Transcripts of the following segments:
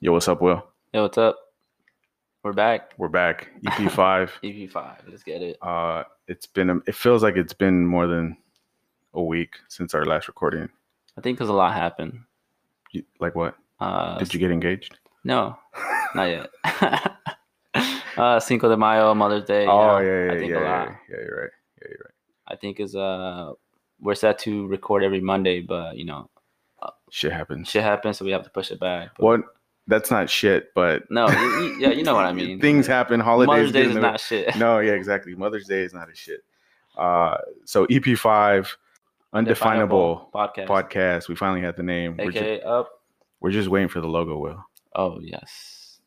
Yo, what's up, Will? Yo, what's up? We're back. We're back. EP five. EP five. Let's get it. Uh, it's been. It feels like it's been more than a week since our last recording. I think because a lot happened. You- Like what? Uh, Did you get engaged? No, not yet. uh, Cinco de Mayo, Mother's Day. you know, oh yeah, yeah, I think yeah, a yeah, lot. yeah, yeah. You're right. Yeah, you're right. I think is uh, we're set to record every Monday, but you know, Shit happens. shit happens, so we have to push it back. But What? That's not shit, but No, you, you- yeah, you know what I mean. Things happen. Holidays. Mother's get Day in is the- not shit. no, yeah, exactly. Mother's Day is not a shit. Uh, so EP five, undefinable, podcast. podcast. We finally had the name. We're, ju- AKA up. we're just waiting for the logo. Will Oh yes.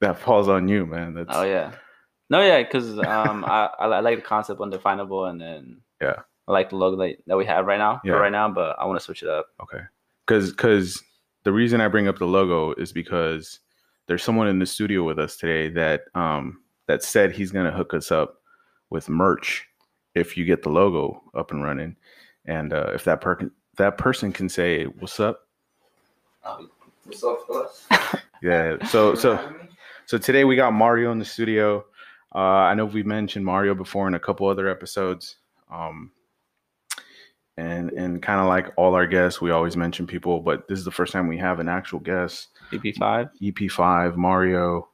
that falls on you, man? That's Oh yeah. No, yeah, because um, I, I li- I like the concept undefinable, and then Yeah. I like the logo that, that we have right now Yeah. for right now, but I want to switch it up. Okay. Cause cause the reason I bring up the logo is because there's someone in the studio with us today that um that said he's gonna hook us up with merch if you get the logo up and running. And uh, if that per- that person can say what's up. What's up, Yeah. So so so today we got Mario in the studio. Uh, I know we mentioned Mario before in a couple other episodes. Um, and and kind of like all our guests, we always mention people, but this is the first time we have an actual guest. EP five. EP5, Mario.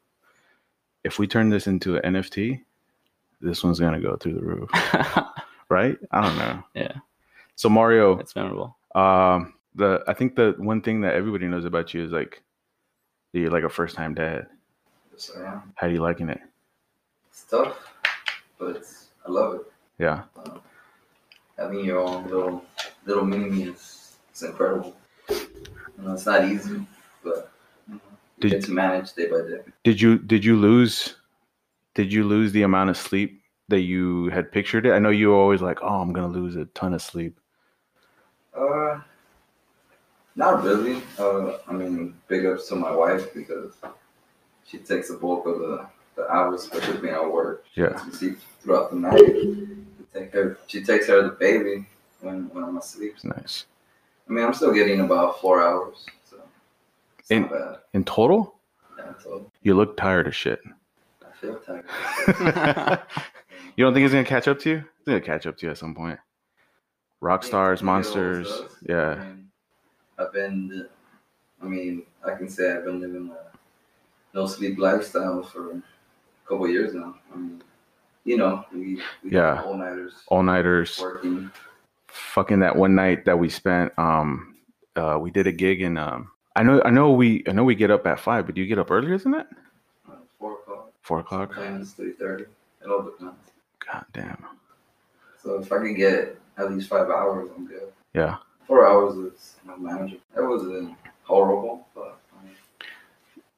If we turn this into an NFT, this one's gonna go through the roof, right? I don't know. Yeah. So Mario, It's memorable. um, the I think the one thing that everybody knows about you is like that you're like a first time dad. Yes, I am. How you liking it? It's tough, but I love it. Yeah. Having your own little little mini me is, is incredible. You know, it's not easy, but you, know, you Did- get to manage day by day. Did you did you lose did you lose the amount of sleep that you had pictured it? I know you were always like, Oh, I'm gonna lose a ton of sleep. Uh, not really. Uh, I mean, big ups to my wife because she takes the bulk of the, the hours for just being at work. She Yeah. lets me sleep throughout the night. She Take her, she takes care of the baby when, when I'm asleep. It's nice. I mean, I'm still getting about four hours, so it's In- not bad. In total, Yeah, so you look tired as shit. I feel tired. You don't think it's gonna catch up to you? It's gonna catch up to you at some point. Rock stars, Yeah, it always monsters, does. I yeah. mean, I've been, I mean, I can say I've been living a no sleep lifestyle for a couple years now. I mean, you know, we, we Yeah. all nighters All nighters. working. Fucking that one night that we spent. Um, uh, we did a gig in. Um, I know, I know, we, I know we get up at five, but do you get up earlier than that? uh, Four o'clock, Four o'clock. sometimes three thirty, and all the time. God damn. So if I can get at least five hours, I'm good. Yeah. Four hours is not manageable. That wasn't horrible, but I mean,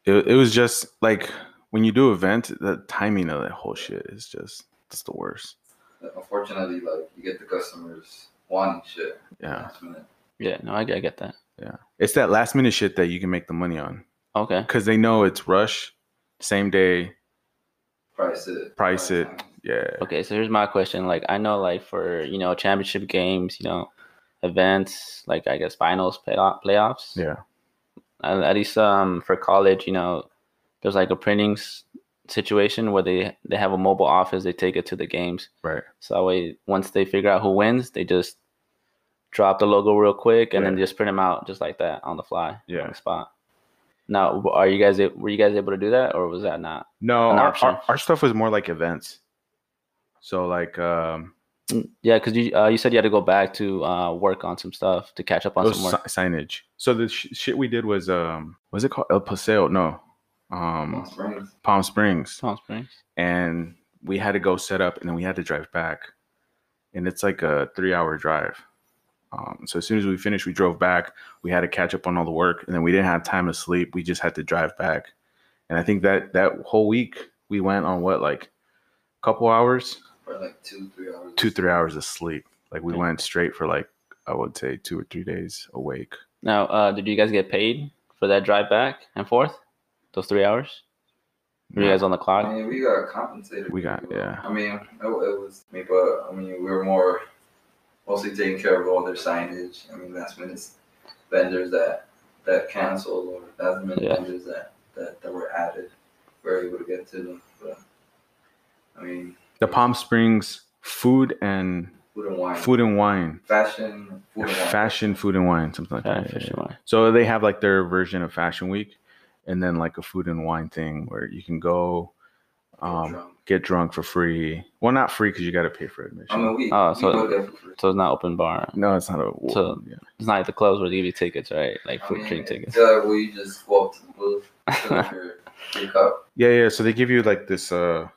It, it was just like when you do events, the timing of that whole shit is just it's the worst. unfortunately, like you get the customers wanting shit. Yeah. last minute. Yeah, no, I, get- I get that. It's that last minute shit that you can make the money on Okay. because they know it's rush, same day. Price it. Price it. times. Yeah. Okay, so here's my question. Like, I know, like, for, you know, championship games, you know, events, like, I guess finals, playoff, playoffs. Yeah. At, at least um, for college, you know, there's like a printing s- situation where they, they have a mobile office, they take it to the games. Right. So that way, once they figure out who wins, they just drop the logo real quick and then Yeah. just print them out just like that on the fly, Yeah. on the spot. Now, w- are you guys a- were you guys able to do that, or was that not? No, an our, option. our, our stuff was more like events. So like um Mm, Yeah, because you uh, you said you had to go back to uh, work on some stuff to catch up it on was some work. si- signage. So the sh- shit we did was um was it called El Paseo? No. Um Palm Springs. Palm Springs. Palm Springs. And we had to go set up and then we had to drive back. And it's like a 3-hour drive. Um, so as soon as we finished, we drove back. We had to catch up on all the work, and then we didn't have time to sleep. We just had to drive back, and I think that that whole week we went on what like a couple hours, for like two, three hours. two three hours of sleep. Like we Yeah. went straight for like I would say two or three days awake. Now, uh, did you guys get paid for that drive back and forth? Those three hours? Were you guys on the I clock? mean, we got compensated. We got- yeah. I mean, it, wa- it was me, but I mean, we were more mostly taking care of all their signage. I mean, last minute vendors that that canceled or that many Yeah. vendors that, that that were added. We were able to get to them. But, I mean, The Palm Springs food and food and wine, food and wine, fashion, food and wine. fashion, food and wine, something like Yeah, that. for sure. So they have like their version of Fashion Week, and then like a food and wine thing where you can go Food um, drunk. get drunk for free. Well, not free because you got to pay for I admission. mean, we, Oh, we so- go there for free. So it's not open bar. no, it's not a. So- yeah. It's not like the clubs where they give you tickets, right? Like I food, Oh, mean, drink it's tickets. like where you just go up to the booth, fill up your, your cup. yeah, yeah. So they give you like this uh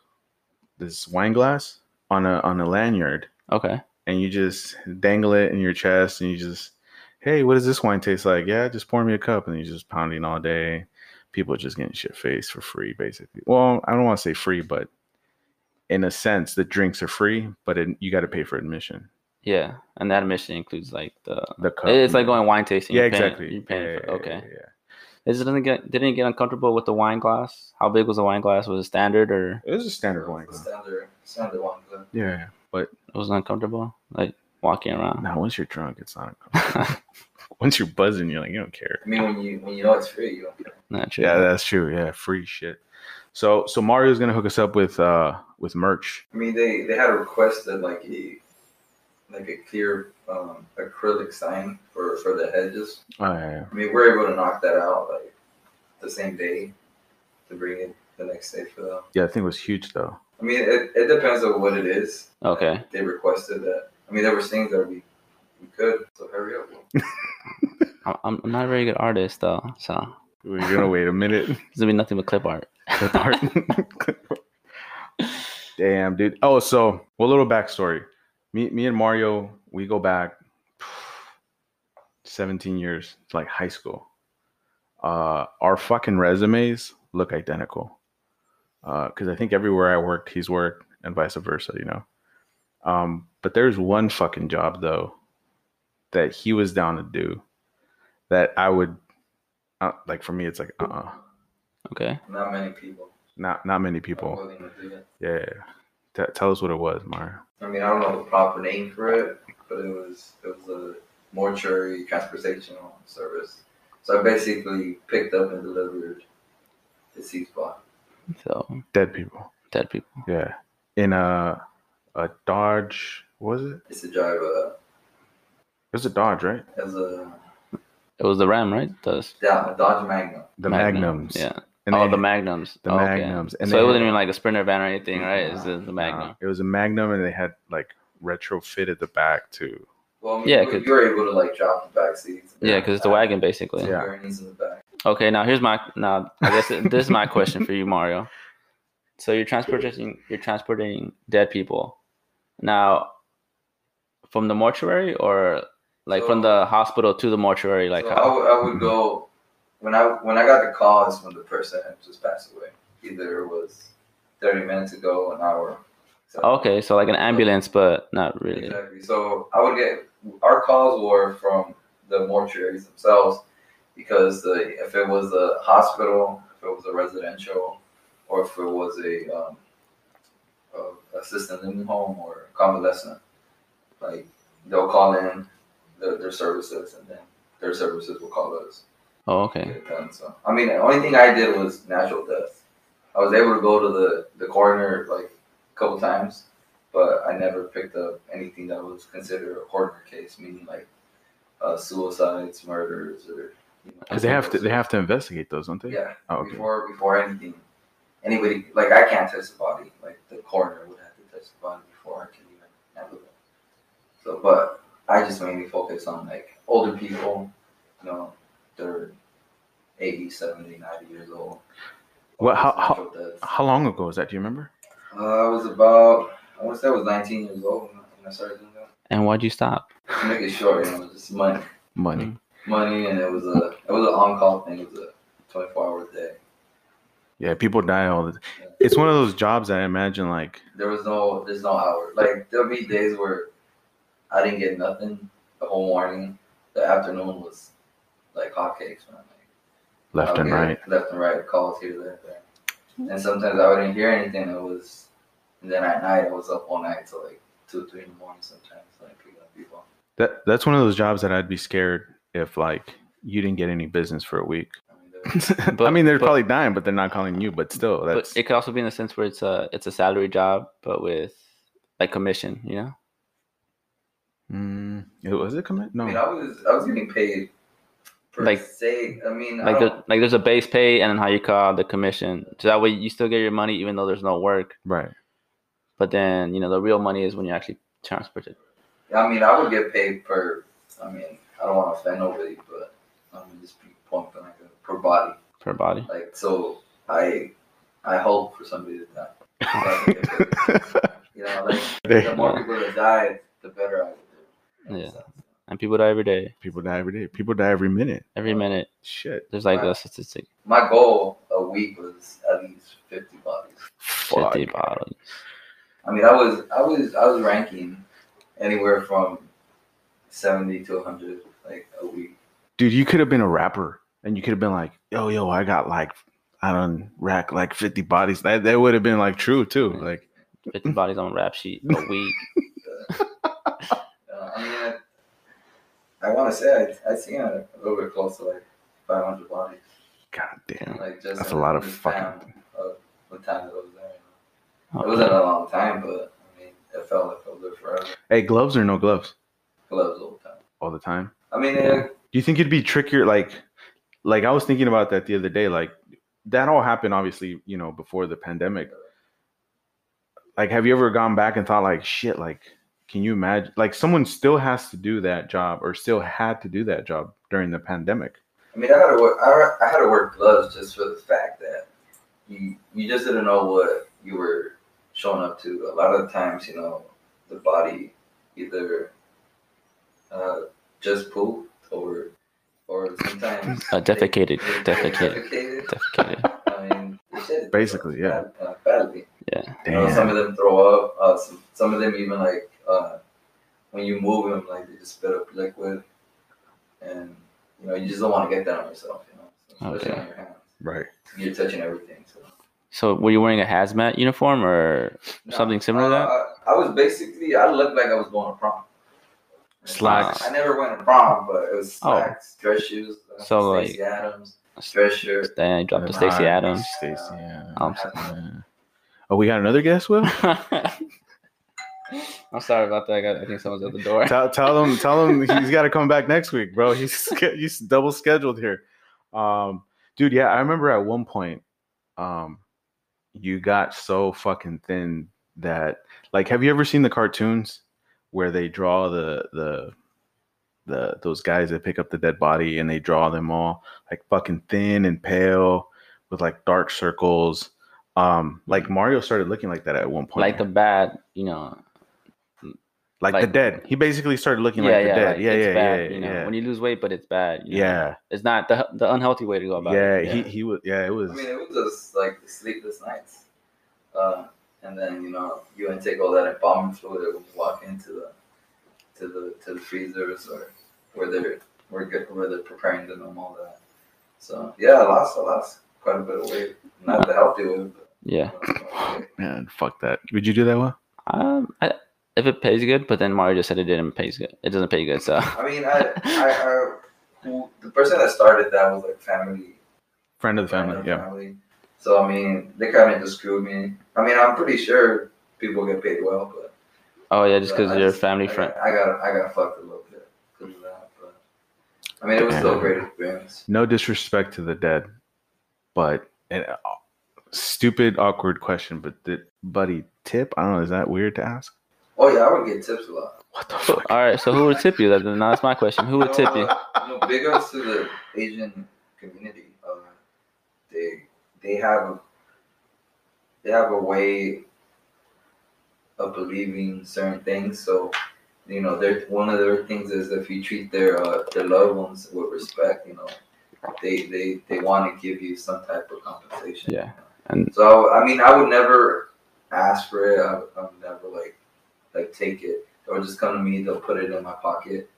this wine glass on a on a lanyard, Okay. and you just dangle it in your chest, and you just, hey, what does this wine taste like? Yeah, just pour me a cup, and you're just pounding all day. People are just getting shit faced for free, basically. Well, I don't want to say free, but in a sense, the drinks are free, but it, you got to pay for admission. Yeah, and that admission includes like the. The cup, It's like going wine tasting. Oh. yeah, You're paying- exactly. You're paying Yeah, for, yeah, okay. yeah, yeah. Is it didn't get didn't it get uncomfortable with the wine glass? How big was the wine glass? Was it standard or It was a standard wine. glass. Standard, standard wine. glass. Yeah. it was uncomfortable? Like walking around. Now, once you're drunk, it's not. uncomfortable. once you're buzzing, you're like, you don't care. I mean, when you when you know it's free, you don't care. Not true. Yeah, that's true. Yeah, free shit. So, so Mario's gonna hook us up with uh with merch. I mean, they they had requested like a like a clear um, acrylic sign for for the hedges. Oh, yeah, yeah. I mean, we're able to knock that out like the same day to bring it the next day for them. yeah, I think it was huge though. I mean, it, it depends on what it is. Okay. They requested that. I mean, there were things that we we could. So hurry up. I'm I'm I'm not a very good artist though, so We're gonna wait a minute. it's gonna be nothing but clip art. Clip art. Damn, dude. Oh, so well, little backstory. Me, me and Mario, we go back seventeen years, to, like high school. Uh, our fucking resumes look identical. Because I think everywhere I worked, he's worked, and vice versa. You know. Um, but there's one fucking job though that he was down to do that I would uh, like. For me, it's like uh, uh Okay. Not many people. not not many are people. willing to do it. Yeah. T- tell us what it was, Mario. I mean, I don't know the proper name for it, but it was it was a mortuary transportational service. So I basically picked up and delivered deceased body. So Dead people. dead people. Yeah. In a a Dodge, what was it? It's to drive a It was a Dodge, right? as a, It was the Ram, right? The yeah, a Dodge Magnum. The Magnums. Yeah. And oh, they- the Magnums. The Oh, okay. Magnums. And so they it wasn't had- even like a Sprinter van or anything, right? It's the, Nah, the Magnum. uh, it was a Magnum, and they had like retrofit at the back too. Well, I mean, Yeah, you, 'cause- you were able to like drop the back seats. Yeah, because it's the wagon basically. Yeah. Gurneys in the back. Okay, now here's my now I guess this is my question for you, Mario. So you're transporting you're transporting dead people. Now from the mortuary or like from the hospital to the mortuary, like "Oh." so I how would- I would go when I when I got the call is when the person had just passed away. Either it was thirty minutes ago, an hour. So- okay, so like an ambulance but not really. Exactly. So I would get our calls were from the mortuaries themselves because the if it was a hospital, if it was a residential, or if it was a um, a assisted living home or convalescent, like they'll call in their, their services and then their services will call us. Oh to okay. get it done. So I mean, the only thing I did was natural death. I was able to go to the the coroner like a couple times, but I never picked up anything that was considered a coroner case, meaning like uh, suicides, murders, or you know, Because they have to they have to investigate those, don't they? yeah Oh, okay. before before anything anybody like I can't touch the body like the coroner would have to touch the body before I can even handle it. So but I just mainly focus on like older people, you know, they're 80, 70, 90 years old. Well, how- how- Natural deaths. How long ago was that? Do you remember? Uh, I was about, I want to say I was 19 years old when I- when I started doing that. And why'd you stop? To make it short, you know, just money. Money. Mm. Money, and it was a, it was an on-call thing. It was a 24-hour day. Mm-hmm. Yeah, people die all the. It's one of those jobs I imagine like There was no, there's no hour. Like there'll be days where I didn't get nothing the whole morning. The afternoon was like hotcakes, man. Like, left I'll and get right. left and right calls here, there, there. And sometimes I wouldn't hear anything. It was, and then at night I was up all night till like two, three in the morning sometimes, like picking up people. That that's one of those jobs that I'd be scared if like you didn't get any business for a week. I mean, they're- I But- mean, they're but- probably dying, but they're not calling you. But still, But that's it could also be in the sense where it's a it's a salary job, but with like commission, you know. Mm, it was it commit? I No, mean, I was I was getting paid per Like- se. I mean, Like I there, don't- like there's a base pay and then how you call the commission. So that way you still get your money even though there's no work. right? But then you know the real money is when you actually transport it. I mean, I would get paid per. I mean, I don't want to offend nobody, but I'm gonna just be pumped like a, per body. per body. Like so, I I hope for somebody to die. you know, like the more people that die, the better I would do. Yeah. And people die every day, People die every day. People die every minute. every minute. Shit, There's like Wow. a statistic. My goal a week was at least fifty bodies. fuck. Fifty bodies. I mean, I was I was I was ranking anywhere from seventy to hundred like a week. dude, you could have been a rapper, and you could have been like, yo, yo, I got like, I don't rack like fifty bodies. That that would have been like true too. Yeah. Like, Fifty bodies on a rap sheet a week. Uh, I mean, I, I want to say I I seen a, a little bit close to like five hundred bodies. god damn. Like just That's in a lot of this fucking- time Of the time that I was there. It wasn't Okay. a long time, but I mean, it felt like I was there forever. Hey, gloves or no gloves Gloves all the time. all the time. I mean, Yeah. it, Do you think it'd be trickier? Like, like I was thinking about that the other day. Like, that all happened obviously, you know, before the pandemic. Like, have you ever gone back and thought like, shit, like, can you imagine? Like, someone still has to do that job, or still had to do that job during the pandemic. I mean, I had to work. I, I had to wear gloves just for the fact that you you just didn't know what you were showing up to. A lot of times, you know, the body either uh, just pooped or or sometimes Uh, defecated, they- they defecated, defecated. I mean, the shit Basically, yeah. Uh, badly. You know, some Damn. of them throw up. Uh, some, some of them even like uh, when you move them, like they just spit up liquid, and you know you just don't want to get that on yourself. You know, especially Okay. on your hands. Right. You're touching everything. So So were you wearing a hazmat uniform or No, Something similar to I- that? I, I was basically I looked like I was going to prom. uh, Slacks. I never went to prom, but it was Oh. slacks, dress shoes. Uh, So, Stacey Adams dress shirt. Then you dropped to Stacey Ah, Adams. Um, Stacey Adams. I'm Yeah. Oh, we got another guest, Will? I'm sorry about that. I, got, I think someone's at the door. tell, tell him tell him he's got to come back next week, bro. He's sch- he's double scheduled here. Um, dude, yeah, I remember at one point, um, you got so fucking thin that like, have you ever seen the cartoons where they draw the the the those guys that pick up the dead body and they draw them all like fucking thin and pale with like dark circles. Um, like Mario started looking like that at one point. Like the bad, you know. like, the like- dead. He basically started looking Yeah, like the yeah, dead. like, yeah, it's yeah, bad, yeah, you know? yeah. When you lose weight, but it's bad. you know? Yeah, It's not the the unhealthy way to go about yeah, it. he he was. Yeah, it was. I mean, it was just like sleepless nights. Uh, and then you know you would take all that embalming fluid and walk into the to the to the freezers or where they're where, get, where they're preparing them and all that. So yeah, I lost I lost quite a bit of weight. Not the healthy way, but Yeah. man, fuck that. Would you do that well? Um, I, if it pays good, but then Mario just said it didn't pay good. It doesn't pay good, so I mean, I, I, I who, the person that started that was like family Friend of the family. friend of yeah. family. So I mean, they kind of just screwed me. I mean, I'm pretty sure people get paid well, but oh yeah, just because I you're a just- family I friend. Got, I got I got fucked a little bit because of that, but I mean it was still a great experience. No disrespect to the dead, but and uh, stupid, awkward question. But did buddy tip? I don't know. Is that weird to ask? Oh yeah, I would get tips a lot. What the fuck? All right, so who would tip you? That- Now that's my question. Who would tip you? You know, big ups to the Asian community. Uh, they they have they have a way of believing certain things. So you know, they're one of their things is if you treat their uh, their loved ones with respect, you know, they they they want to give you some type of compensation. Yeah, and- so I mean, I would never ask for it. I, I would never like like take it. They'll just come to me. They'll put it in my pocket,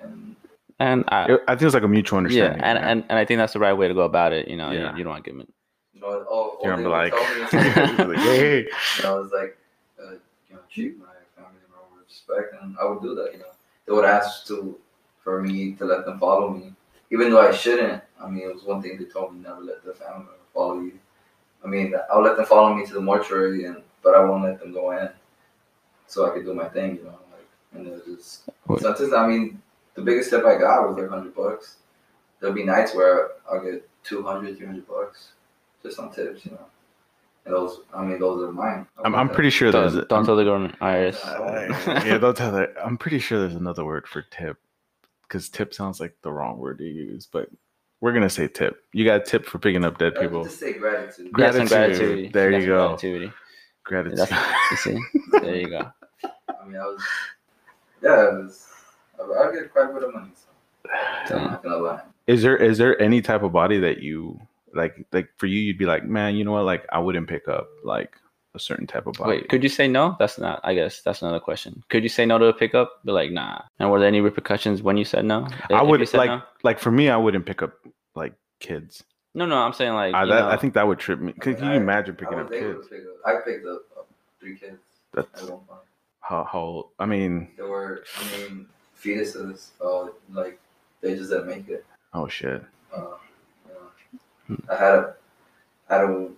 and And I, It- I think it's like a mutual yeah, understanding. and, you know? and and I think that's the right way to go about it. You know, Yeah. you, you don't want to give me. you know, all, all You're they gonna be would like, tell me is, You're like, hey, you know, it's like, uh, you know, treat my family member with respect, and I would do that. You know, they would ask to for me to let them follow me, even though I shouldn't, I mean, it was one thing they told me never let the family member follow you. I mean, I'll let them follow me to the mortuary, and but I won't let them go in, so I could do my thing, you know. Like, and it was just What- sometimes, I mean, the biggest tip I got was like hundred bucks. There'll be nights where I'll get 200, 300 bucks just on tips, you know. And those, I mean, those are mine. I'm, I'm pretty sure there's. Don't, don't tell the government IRS. Uh, yeah, don't tell that. I'm pretty sure there's another word for tip because tip sounds like the wrong word to use, but we're going to say tip. You got a tip for picking up dead I would people. just say gratitude. Yes, and Gratitude. gratitude. There Yes, you and go. Gratitude. Gratitude. That's- You see? There you go. I mean, I was, yeah, it was, I, I get quite a bit of money. So I'm Damn. not gonna lie. Is there is there any type of body that you like like for you you'd be like, man, you know what? Like I wouldn't pick up like a certain type of body. Wait, could you say no? That's not. I guess that's another question. Could you say no to a pickup? Be like, nah. And were there any repercussions when you said no? If- I if would you said like No? like for me, I wouldn't pick up like kids. no, no. I'm saying like. I, you that, know, I think that would trip me. Can, I- can you imagine picking I up was able kids? to pick up. I picked up uh, three kids at That's one point. how how old- I mean, They were, I mean, fetuses. Uh, like they just didn't make it. oh shit. Uh, you know. I had a, I had a,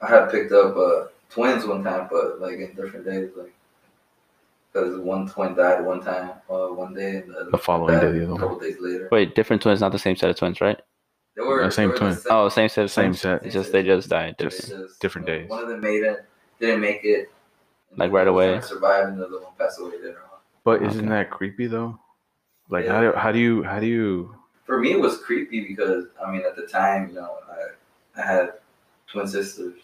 I had picked up uh, twins one time, but like in different days, like because one twin died one time, uh, one day, and the, other The following day, died the other a one. couple days later. Wait, different twins, not the same set of twins, right? They were The same they were twin. same- Oh, same set. of Same twins. set. It's just they just died. They Different. just- different days. One of them made it, didn't make it. Like, right away. Survived, and the other one passed away later on. But isn't Okay. that creepy though? Like Yeah. how do how do you how do you For me, it was creepy because I mean, at the time, you know, I, I had twin sisters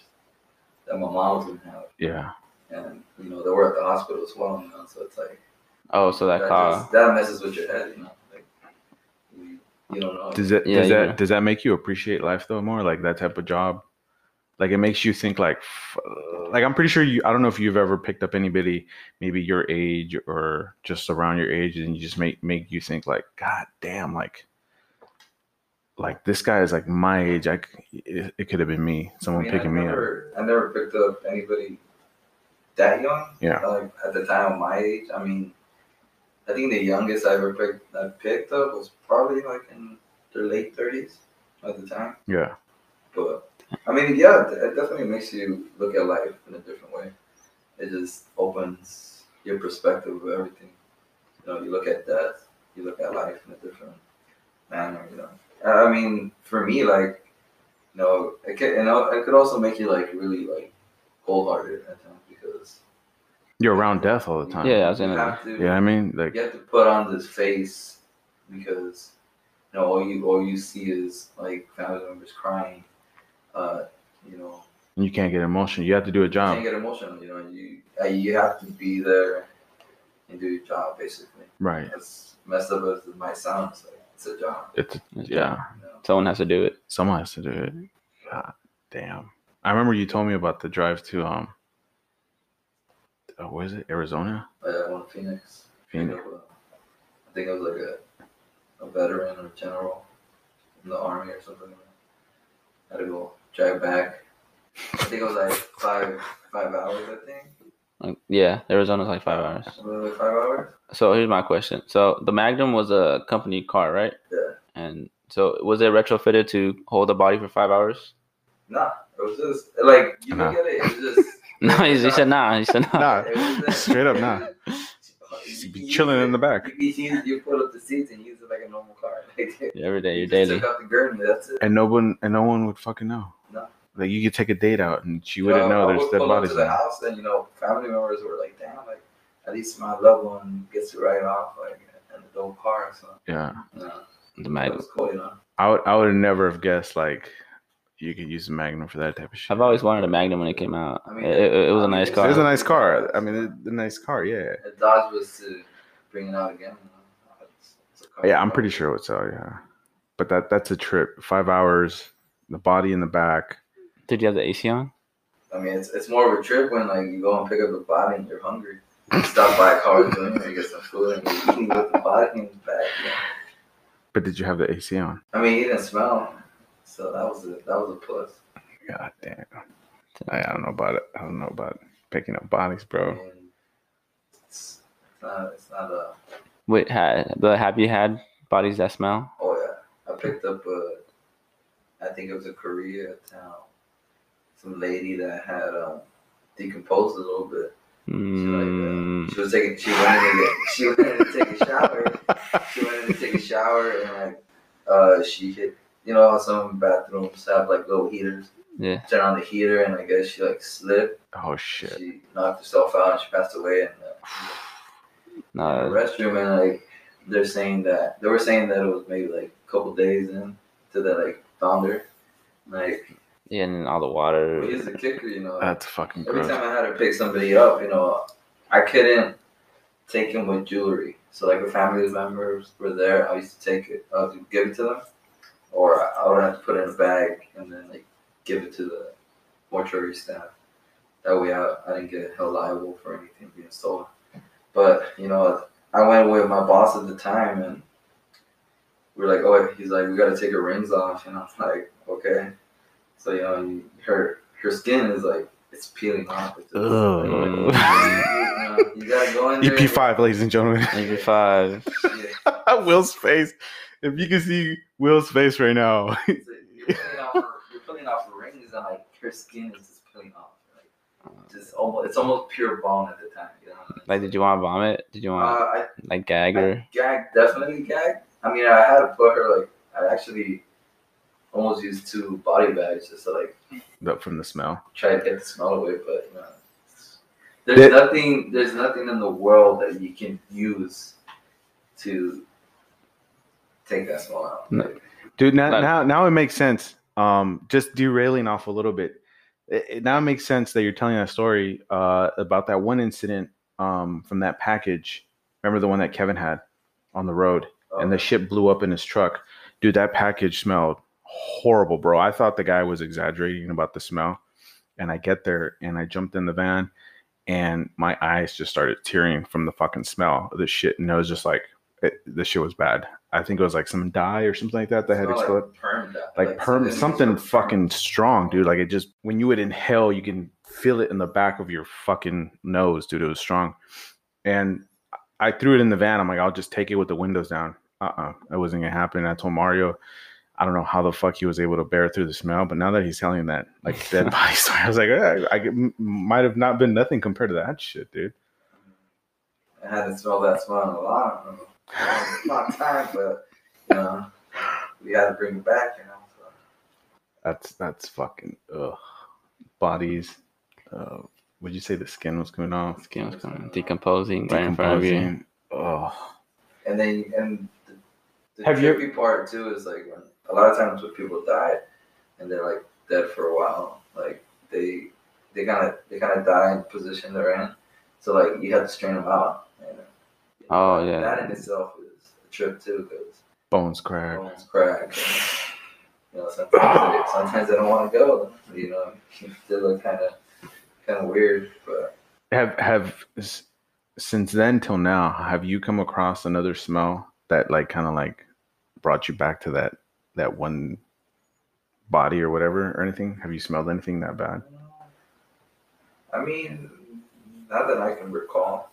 that my mom didn't have, yeah. and you know, they were at the hospital as well. You know, so it's like Oh, so that car. just- that messes with your head, you know. Like, you, you don't know. Does that Yeah, does you that do. does that make you appreciate life though more? Like that type of job? Like it makes you think like f- like I'm pretty sure you I don't know if you've ever picked up anybody maybe your age or just around your age and you just make make you think like god damn like like this guy is like my age I c- it, it could have been me I someone mean, picking I me up never, I never picked up anybody that young. Yeah. Like at the time of my age, I mean, I think the youngest I ever picked I picked up was probably like in their late thirties at the time. yeah But I mean, yeah, it definitely makes you look at life in a different way. It just opens your perspective of everything. You know, you look at death, you look at life in a different manner. You know, And I mean, for me, like, you know, it could, you know, it could also make you like really like cold-hearted at times because you're around death all the time Yeah, I was you gonna- have to you know what I mean like you have to put on this face because you know all you all you see is like family members crying. Uh, you know, you can't get emotional you have to do a you job can't get emotional. You know, you uh, you have to be there and do your job basically. right As messed up as it might sound, it's, like, it's a job. it's yeah You know? Someone has to do it. Someone has to do it. Ah, God damn. I remember you told me about the drive to um uh, where is it? Arizona? Like, I went to Phoenix. Phoenix. Pick up a- I think it was like a a veteran or general in the army or something. like that. had to go drive back. I think it was like five five hours. I think. Like, yeah, Arizona's like five hours. Something like five hours? So here's my question. So the Magnum was a company car, right? Yeah. And so was it retrofitted to hold the body for five hours? Nah, it was just like you Nah. look at it. It was just No, he, he said nah. He said nah. Nah. it was just- Straight up, it nah. was just- Just be chilling in the back. You, you, you pull up the seats and use it like a normal car. Like, Every day, you your just daily. Took out the gurney. That's it. And no one and no one would fucking know. No. Like you could take a date out and she wouldn't know Uh, I there's would dead pull up bodies. To in the there. house, and you know, family members were like, "Damn, like at least my loved one gets to ride off like in a dope car." So Yeah. yeah, The that Magnum. was cool, you know. I would I would never have guessed like you could use a magnum for that type of shit. I've always wanted a Magnum when it came out. I mean, it, it, it was a I mean, nice it car. was a nice car. I mean a, a nice car, yeah. The Dodge was to bring it out again. You know? It's- it's a car. Yeah, I'm pretty sure it would sell, yeah. But that that's a trip. Five hours, the body in the back. Did you have the AC on? I mean, it's, it's more of a trip when like you go and pick up the body and you're hungry. You stop by a car Jr. you get some food and you eat with the body in the back. You know? But did you have the AC on? I mean, he didn't smell, so that was a that was a plus. God damn. I, I don't know about it. I don't know about picking up bodies, I bro. mean, it's, it's not it's not a Wait, ha but have you had bodies that smell? oh yeah. I I picked up a, I think it was a Korea town, some lady that had um, decomposed a little bit. Mm. She was taking, she went in to get, she went in to take a shower. She went in to take a shower and like, uh, she hit, you know, how some bathrooms have like little heaters. Yeah. Turn on the heater and I guess she like slipped. Oh shit. She knocked herself out and she passed away. And uh, the No, restroom and like they're saying that they were saying that it was maybe like a couple days in to that like founder. Like yeah, and then all the but water. here's the kicker, you know. That's fucking every gross. time I had to pick somebody up, you know, I couldn't take him with jewelry. So like if family members were there, I used to take it, I would give it to them, or I- I would have to put it in a bag and then like give it to the mortuary staff. That way, I, I didn't get held liable for anything being stolen. But you know, I went with my boss at the time, and we were like, "Oh, he's like, we gotta take her rings off," and I was like, "Okay." So you know, you- her her skin is like it's peeling off. It's just- Ugh. E You know, you gotta go in there. EP5, ladies and gentlemen. Maybe five. Yeah. Will's face. If you can see Will's face right now. It's like, you're peeling off her- you're peeling off her rings and like her skin is just peeling off. Like just almost it's almost pure bone at the time, you know. what I Like, mean? did you want to vomit? Did you uh, want I like gag I or? gagged, definitely gagged. I mean, I had to put her like I actually almost used two body bags just to like Up from the smell. try to get the smell away, but you know, there's Did- nothing there's nothing in the world that you can use to take that smell out. No. Like, Dude, now Like- now, now it makes sense. Um, just derailing off a little bit. It, it now makes sense that you're telling that story uh, about that one incident um, from that package. Remember the one that Kevin had on the road, Oh, and the shit blew up in his truck. Dude, that package smelled horrible, bro. I thought the guy was exaggerating about the smell, and I get there and I jumped in the van, and my eyes just started tearing from the fucking smell of this shit, and it was just like it, this shit was bad. I think it was like some dye or something like that that had smell exploded Like perm, dye, like perm it's- something fucking strong, dude. Like it just when you would inhale, you can feel it in the back of your fucking nose, dude. It was strong, and I threw it in the van. I'm like, I'll just take it with the windows down. Uh uh it wasn't gonna happen. I told Mario, I don't know how the fuck he was able to bear through the smell, but now that he's telling that like dead body story, I was like, eh, I, I- might have not been nothing compared to that shit, dude. I hadn't smelled that smell in a lot, I don't know, a long time, but you know, we got to bring it back, you know. So. That's that's fucking ugh. Bodies. Uh, would you say the skin was coming off? Skin was coming, decomposing right in front of you. Decomposing. Ugh. And then and the, the Have you- trippy part too is like when a lot of times when people die and they're like dead for a while, like they they kind of they kind of die in the position they're in, so like you have to strain them out. And Oh, yeah. that in itself is a trip too because bones crack. bones crack. And, you know, sometimes they, sometimes they don't want to go. You know, they look kind of kind of weird, but Have have s- since then till now, have you come across another smell that like kind of like brought you back to that that one body or whatever or anything? Have you smelled anything that bad? I mean, not that I can recall.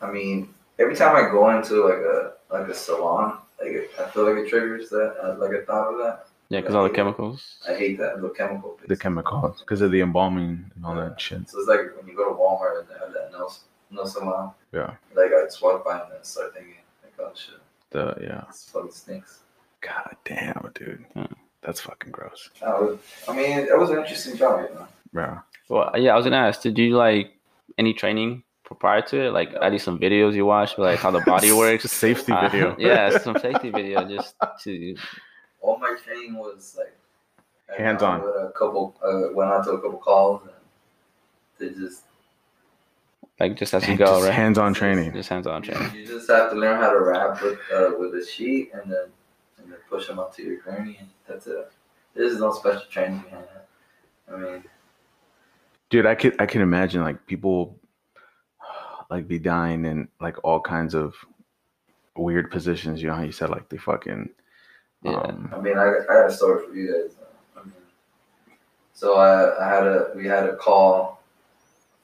I mean, every time I go into like a like a salon, like it, I feel like it triggers that. uh, Like I thought of that. Yeah, because all the chemicals. I hate that the chemical. The Piece. chemicals because of the embalming and all that shit. So it's like when you go to Walmart and they have that no no salon. Yeah. Like I just walk by and I start thinking, like, oh shit, The yeah. this fucking stinks. God damn, dude. Yeah. That's fucking gross. I, was, I mean, it was an interesting job, you know. Yeah. Well, yeah, I was gonna ask, did you like any training for- prior to it? Like at least some videos you watched, like how the body works. Safety Uh, video. yeah, some safety video just to all my training was like I Hands went on. With a couple, uh, went out to a couple calls, and they just like just as you And go, just right? hands-on training. Just hands on training. you just have to learn how to wrap with uh, with a sheet, and then and then push them up to your granny, and that's it. There's no special training behind it. I mean, dude i could i can imagine like people like be dying in like all kinds of weird positions you know how you said like they fucking Yeah. um, I mean, I, I got a story for you guys. uh, I mean, so I, I had a we had a call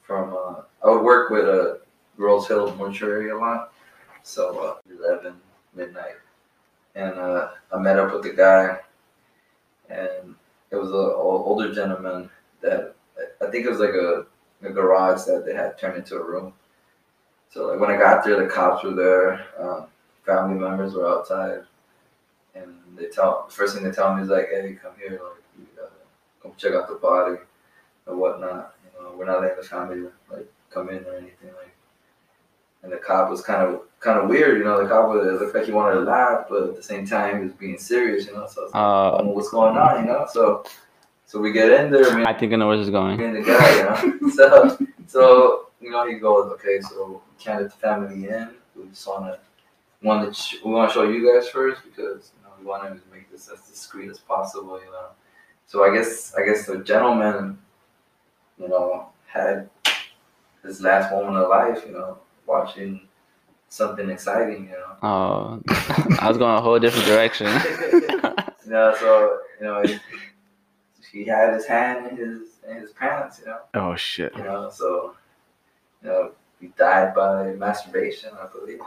from uh, I would work with a Rose Hill mortuary a lot, so uh, eleven uh, midnight, and uh, I met up with the guy, and it was an older gentleman that I think it was like a, a garage that they had turned into a room. So like when I got there, the cops were there, um, family members were outside, and they tell first thing they tell me is like, "Hey, come here, like you gotta come check out the body and whatnot." You know, we're not letting the family like come in or anything like. And the cop was kind of kind of weird, you know. The cop was, it looked like he wanted to laugh, but at the same time he was being serious, you know. So I was like, I Uh, don't know what's going on, you know? So so we get in there, me I think I know where this is going. and the guy, you know. So so you know he goes, okay, so we can't let the family in. We just wanna want to sh- we want to show you guys first because you know we want to make this as discreet as possible, you know. So I guess I guess the gentleman, you know, had his last moment of life, you know, watching something exciting, you know. Uh, I was going a whole different direction. You know, so you know, he, he had his hand in his in his pants. You know, Oh shit. you know, so you know, he died by masturbation, I believe.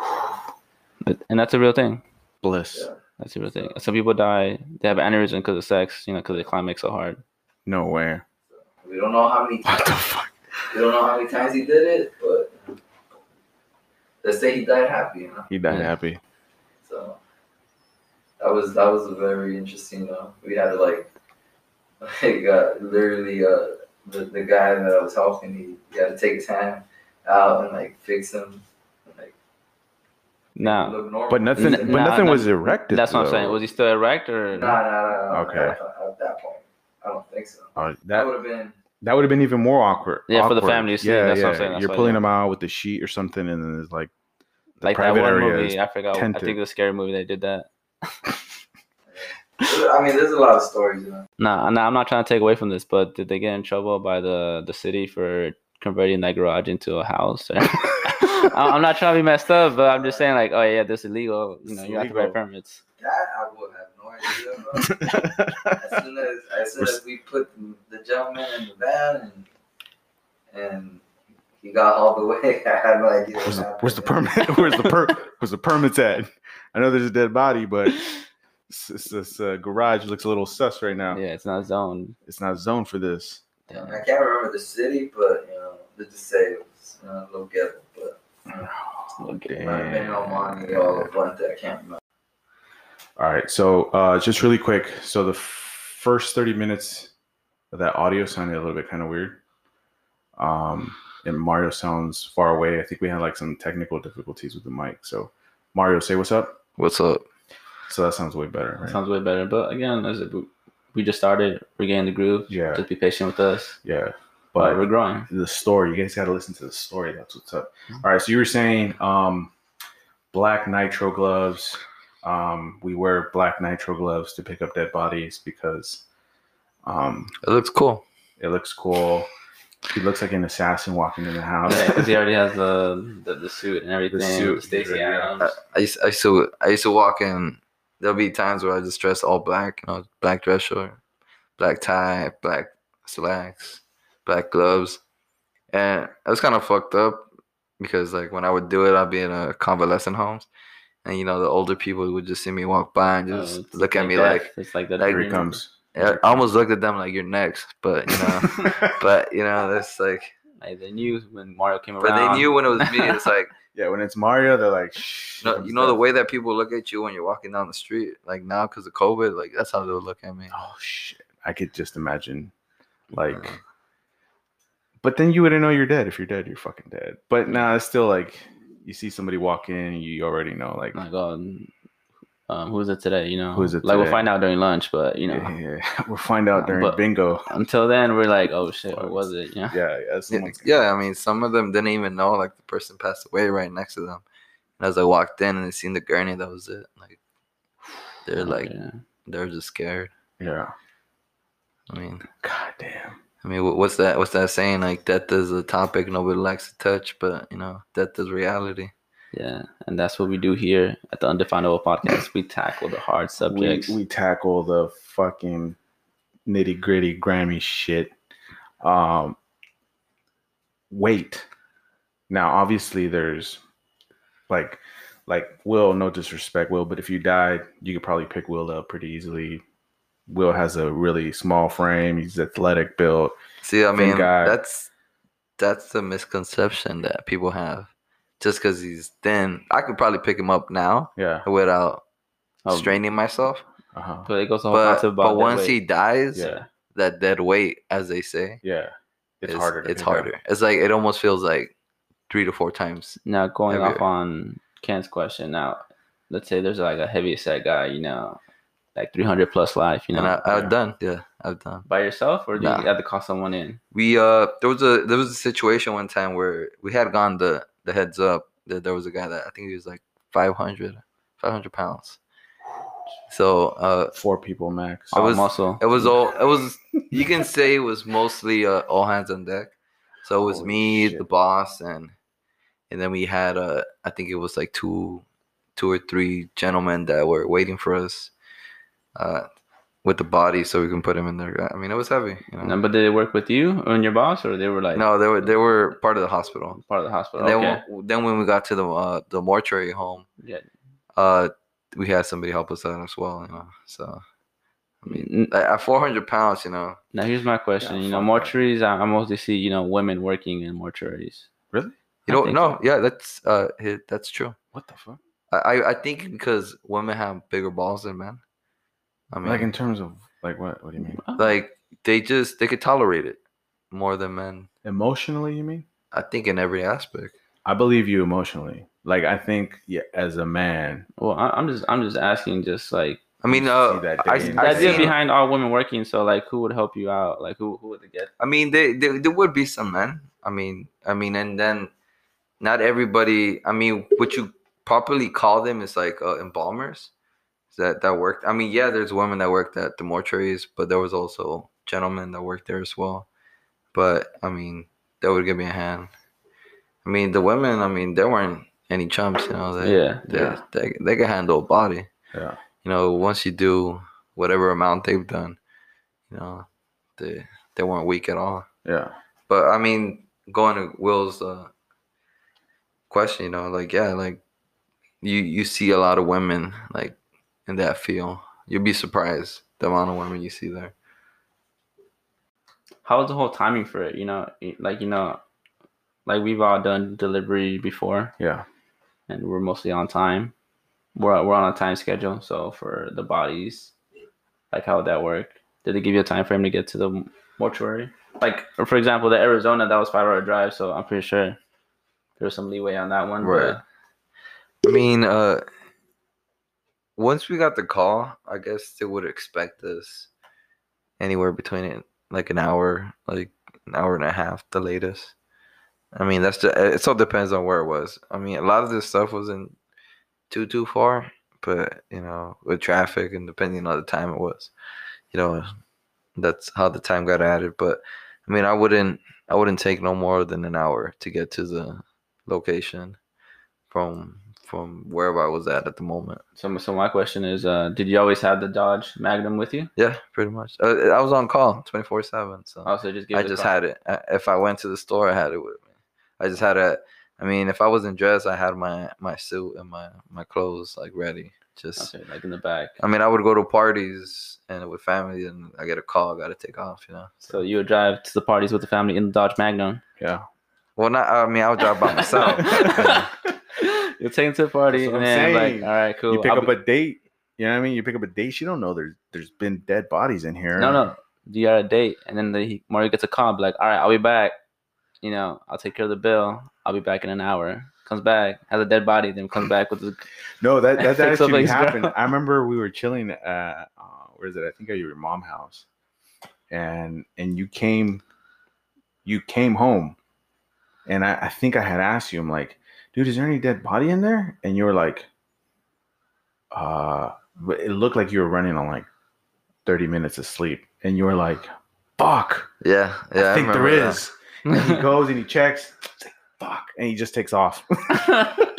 and that's a real thing. Bliss. Yeah. That's a real thing. Some people die. They have aneurysm because of sex. You know, because they climax so hard. No way. We don't know how many What the fuck? we don't know how many times he did it, but you know, let's say he died happy. You know, He died Yeah. happy. so that was that was a very interesting. Uh, we had to like like uh, literally uh, the the guy that I was helping, he, he had to take his hand out and like fix him. and, Like, Now, look normal. Uh, But nothing. Nah, But nothing nah. was erected. That's what I'm though. saying. Was he still erect or? No, no, no, no. Okay. At, at that point, I don't think so. Oh, That that would have been. that would have been even more awkward. Yeah, for the awkward. family to see, Yeah, that's yeah. what I'm saying, that's You're why, pulling yeah. them out with the sheet or something, and then it's like the like that private one area movie. is uh, I forgot. tented. I think the scary movie they did that. I mean, there's a lot of stories, you know. Nah, nah, I'm not trying to take away from this, but did they get in trouble by the the city for converting that garage into a house? I- I'm not trying to be messed up, but I'm just saying like, oh yeah, this is illegal. You know, It's you have to buy illegal. permits. That I would have no idea. Bro. as soon as as soon as we put the gentleman in the van and and he got all the way, I had no idea. what Where's the, happened. where's the permit? Where's the per? Where's the permits at? I know there's a dead body, but this, this, this uh, garage looks a little sus right now. Yeah, it's not zoned. It's not zoned for this. Damn. I can't remember the city, but you know, let's just say it was you know, a little ghetto, but Okay. it might have been Omani or Bunte. I can't remember. All right. So uh, just really quick. So the f- first 30 minutes of that audio sounded a little bit kind of weird. Um, and Mario sounds far away. I think we had like some technical difficulties with the mic. So Mario, say what's up. What's up? So that sounds way better. Right? Sounds way better. But again, as it, we just started, we're getting the groove. yeah. Just be patient with us. Yeah. But But we're growing. the story. You guys got to listen to the story. That's what's up. All right. So you were saying um, black nitro gloves. Um, we wear black nitro gloves to pick up dead bodies because um, It looks cool. it looks cool. He looks like an assassin walking in the house. Yeah, because he already has the, the the suit and everything. suit, Stacey yeah. Adams. uh, I used, I used to I used to walk in. There'll be times where I just dress all black, you know, black dress shirt, black tie, black slacks, black gloves, and it was kind of fucked up because like when I would do it, I'd be in a convalescent homes, and you know the older people would just see me walk by and Oh, just it's look at like me that- like it's like that. like- Here he dream. comes. I almost looked at them like you're next, but you know, but you know that's like, Like they knew when Mario came but around. they knew when it was me. It's like. yeah, when it's Mario, they're like, Shh, You know, you know the way that people look at you when you're walking down the street, like now because of COVID, like that's how they'll look at me. Oh shit! I could just imagine, like. But then you wouldn't know you're dead. If you're dead, you're fucking dead. But nah, it's still like you see somebody walk in, you already know, like, Oh My God, um, who's it today? You know, Who's it Like we'll today? find out during lunch, but you know, yeah, yeah, yeah. we'll find out Uh, during but- bingo. until then we're like, oh shit, what was it? Yeah. Yeah, yeah, Yeah, someone's- yeah, I mean, some of them didn't even know like the person passed away right next to them. And as I walked in and they seen the gurney, that was it. Like they're like Yeah. they're just scared. yeah. I mean, God damn. I mean, wh- what's that? What's that saying? Like death is a topic nobody likes to touch, but you know, death is reality. Yeah, and that's what we do here at the Undefinable Podcast. We tackle the hard We, subjects. we tackle the fucking nitty gritty grimy shit. Um, weight. Now, obviously, there's like like Will, no disrespect, Will, but if you died, you could probably pick Will up pretty easily. Will has a really small frame. He's athletic built. See, I Thank mean, God. that's that's the misconception that people have. Just because he's thin, I could probably pick him up now Yeah. without Oh, straining myself. Uh-huh. But it goes the whole But, concept about but that once weight. he dies, Yeah. that dead weight, as they say, Yeah. It's is- harder. to It's pick up. harder. It's like it almost feels like three to four times. Now going Heavier. off on Ken's question, now let's say there's like a heavy set guy, you know, like 300 plus life, you know, and I, I've yeah. done. Yeah, I've done. by yourself, or do Nah. you have to call someone in? we uh there was a there was a situation one time where we had gone the the heads up that there was a guy that I think he was like 500 500 pounds. So uh Four people max. I All was- muscle. it was all it was you can say it was mostly uh, all hands on deck. So it was Holy me, the shit. boss, and and then we had uh I think it was like two two or three gentlemen that were waiting for us uh with the body so we can put him in there. I mean it was heavy, you know. No, but did they work with you and your boss, or they were like No, they were they were part of the hospital. part of the hospital? And then, okay. when- then when we got to the uh, the mortuary home, Yeah. uh, we had somebody help us out as well. You know, so I mean, N- at at 400 pounds, you know, Now here's my question. Yeah, you know, fuck that. mortuaries. I, I mostly see you know women working in mortuaries. really? I you don't think know. Yeah, that's uh, it, that's true. What the fuck? I, I I think because women have bigger balls than men. I mean, Like like, in terms of like what? What do Mm-hmm. you mean? they just they could tolerate it more than men. Emotionally, you mean? I think in every aspect. I believe you emotionally. Like I think yeah, as a man, Well, I, I'm just I'm just asking, just like I mean, see uh, that I, day in and the I, day idea out. seen, behind all women working. So like, who would help you out? Like, who who would they get? I mean, they, they, there would be some men. I mean, I mean, and then not everybody. I mean, what you properly call them is like uh, embalmers that that worked. I mean, yeah, there's women that worked at the mortuaries, but there was also gentlemen that worked there as well. But I mean, that would give me a hand. I mean, the women. I mean, there weren't any chumps. You know, they, Yeah, they, yeah. they they can handle a body. Yeah. You know, once you do whatever amount they've done, you know, they they weren't weak at all. Yeah. But I mean, going to Will's uh, question, you know, like yeah, like you you see a lot of women like in that field. You'd be surprised the amount of women you see there. How was the whole timing for it? You know, it- like you know, like we've all done delivery before, Yeah. and we're mostly on time. We're we're on a time schedule. So for the bodies, like how would that work? Did they give you a time frame to get to the mortuary? Like for example, the Arizona that was five hour drive. So I'm pretty sure there was some leeway on that one. but- Right. I mean, uh, once we got the call, I guess they would expect us anywhere between like an hour, like an hour and a half, the latest. I mean, that's just, it. All depends on where it was. I mean, a lot of this stuff wasn't too too far, but you know, with traffic and depending on the time it was, you know, that's how the time got added. But I mean, I wouldn't, I wouldn't take no more than an hour to get to the location from from wherever I was at at the moment. So, so my question is, uh, did you always have the Dodge Magnum with you? Yeah, pretty much. Uh, I was on call twenty four seven, so Also, just Oh, give I it a just thought. had it. I, if I went to the store, I had it with me. I just had it. I mean, if I wasn't dressed, I had my my suit and my my clothes like ready. Just, okay, like in the back. I mean, I would go to parties and with family, and I get a call, I gotta take off, you know. So you would drive to the parties with the family in the Dodge Magnum. Yeah. Well, not. I mean, I would drive by myself. yeah. You'll take them to the party That's what and I'm then saying. like, all right, cool. you pick I'll up be- a date. You know what I mean? You pick up a date. You don't know there's there's been dead bodies in here. no, no, you got a date, and then the, Mario gets a call, be like, all right, I'll be back. You know, I'll take care of the bill. I'll be back in an hour. Comes back, has a dead body, then comes back with the. No, that that, that Fix up actually things, bro. happened. I remember we were chilling at uh, where is it? I think at your mom's house, and and you came, you came home, and I, I think I had asked you, I'm like, dude, is there any dead body in there? And you were like, uh, but it looked like you were running on like thirty minutes of sleep, and you were like, fuck, yeah, yeah. I think there remember that. is. And he goes and he checks, it's like, fuck, and he just takes off.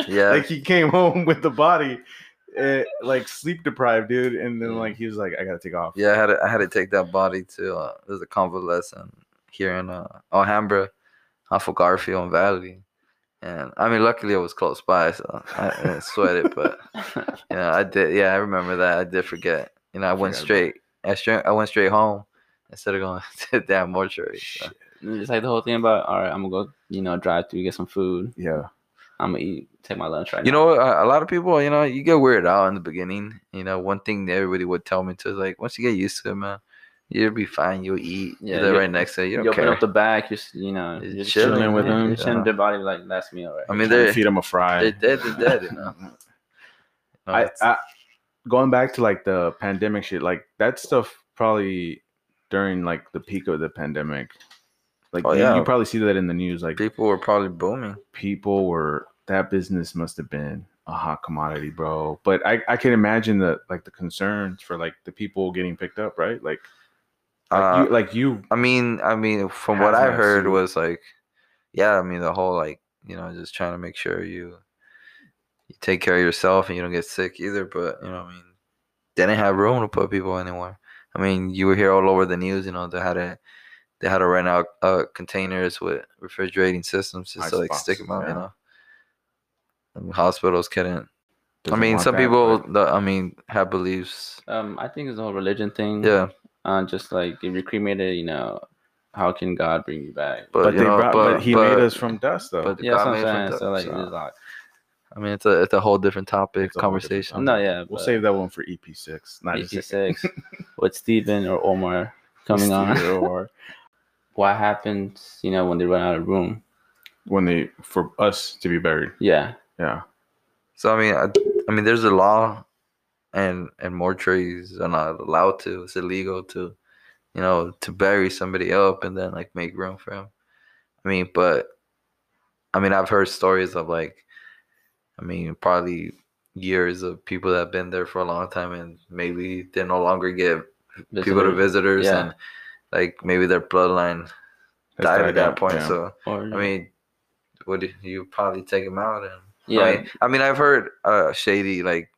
Yeah, like he came home with the body eh, like sleep deprived dude and then like he was like i gotta take off Mm. Yeah, I had to, I had to take that body to uh, there's a convalescent here in uh, Alhambra, off of Garfield and Valley, And I mean, luckily I was close by, so I I didn't sweat it. But you know, I did. Yeah, I remember that. I did forget. You know, I, went Forgot straight. I straight. I went straight home instead of going to the damn mortuary. So. Shit. It's like the whole thing about all right, I'm gonna go, you know, drive through, get some food. Yeah. I'm gonna eat, take my lunch right You now. know, a, a lot of people, you know, you get weirded out in the beginning. You know, one thing that everybody would tell me to is like, once you get used to it, man, you'll be fine. You'll eat. Yeah, Yeah, you're you- right next to it. You You, don't open care. up the back, you're, s- you know, Just you're just chilling chilling, with with them, them. You're chilling yeah. their body like that's me, all right. I mean, Trying to they're, feed him a fry. they're dead. They're dead. You know. No, I, it's- I going back to like the pandemic shit, like that stuff probably during like the peak of the pandemic. Like Oh, you, yeah. you probably see that in the news. Like people were probably booming. people were that business must have been a hot commodity, bro. But I, I can imagine the like the concerns for like the people getting picked up, right? Like like Uh, you like you I mean, I mean, from what I Hazmat heard suit. was like, yeah, I mean, the whole like, you know, just trying to make sure you you take care of yourself and you don't get sick either. But you know, I mean, they didn't have room to put people anywhere. I mean, you were here all over the news. You know, they had to they had to rent out uh, containers with refrigerating systems just to like stick Iceboxes, them out. yeah. You know, I mean, hospitals couldn't. I doesn't mean, want some that, people, but the, I mean, have beliefs. Um, I think it's the whole religion thing. Mm-hmm. Yeah, Uh, just like if you're cremated, you know, how can God bring you back? but, but you they know, brought, but, but, he but- made us from dust though. but yeah, that's God what I'm made from saying. dust, so like, so- it's like, I mean, it's a it's a whole different topic It's a whole different topic. conversation. no, yeah, we'll but save that one for EP six. E Not EP six. EP6 with Steven or Omar coming on, or what happens, you know, when they run out of room. When they for us to be buried. Yeah, Yeah. So I mean, I, I mean, there's a law, and and mortuaries are not allowed to. It's illegal to, you know, to bury somebody up and then like make room for him. I mean, but, I mean, I've heard stories of like, I mean, probably years of people that have been there for a long time and maybe they no longer get people to visitor- visitors yeah. and like maybe their bloodline That's died what I at that got, point. yeah. So Or, I mean, would you- you probably take him out and? yeah, I mean, I mean, I've heard uh, shady like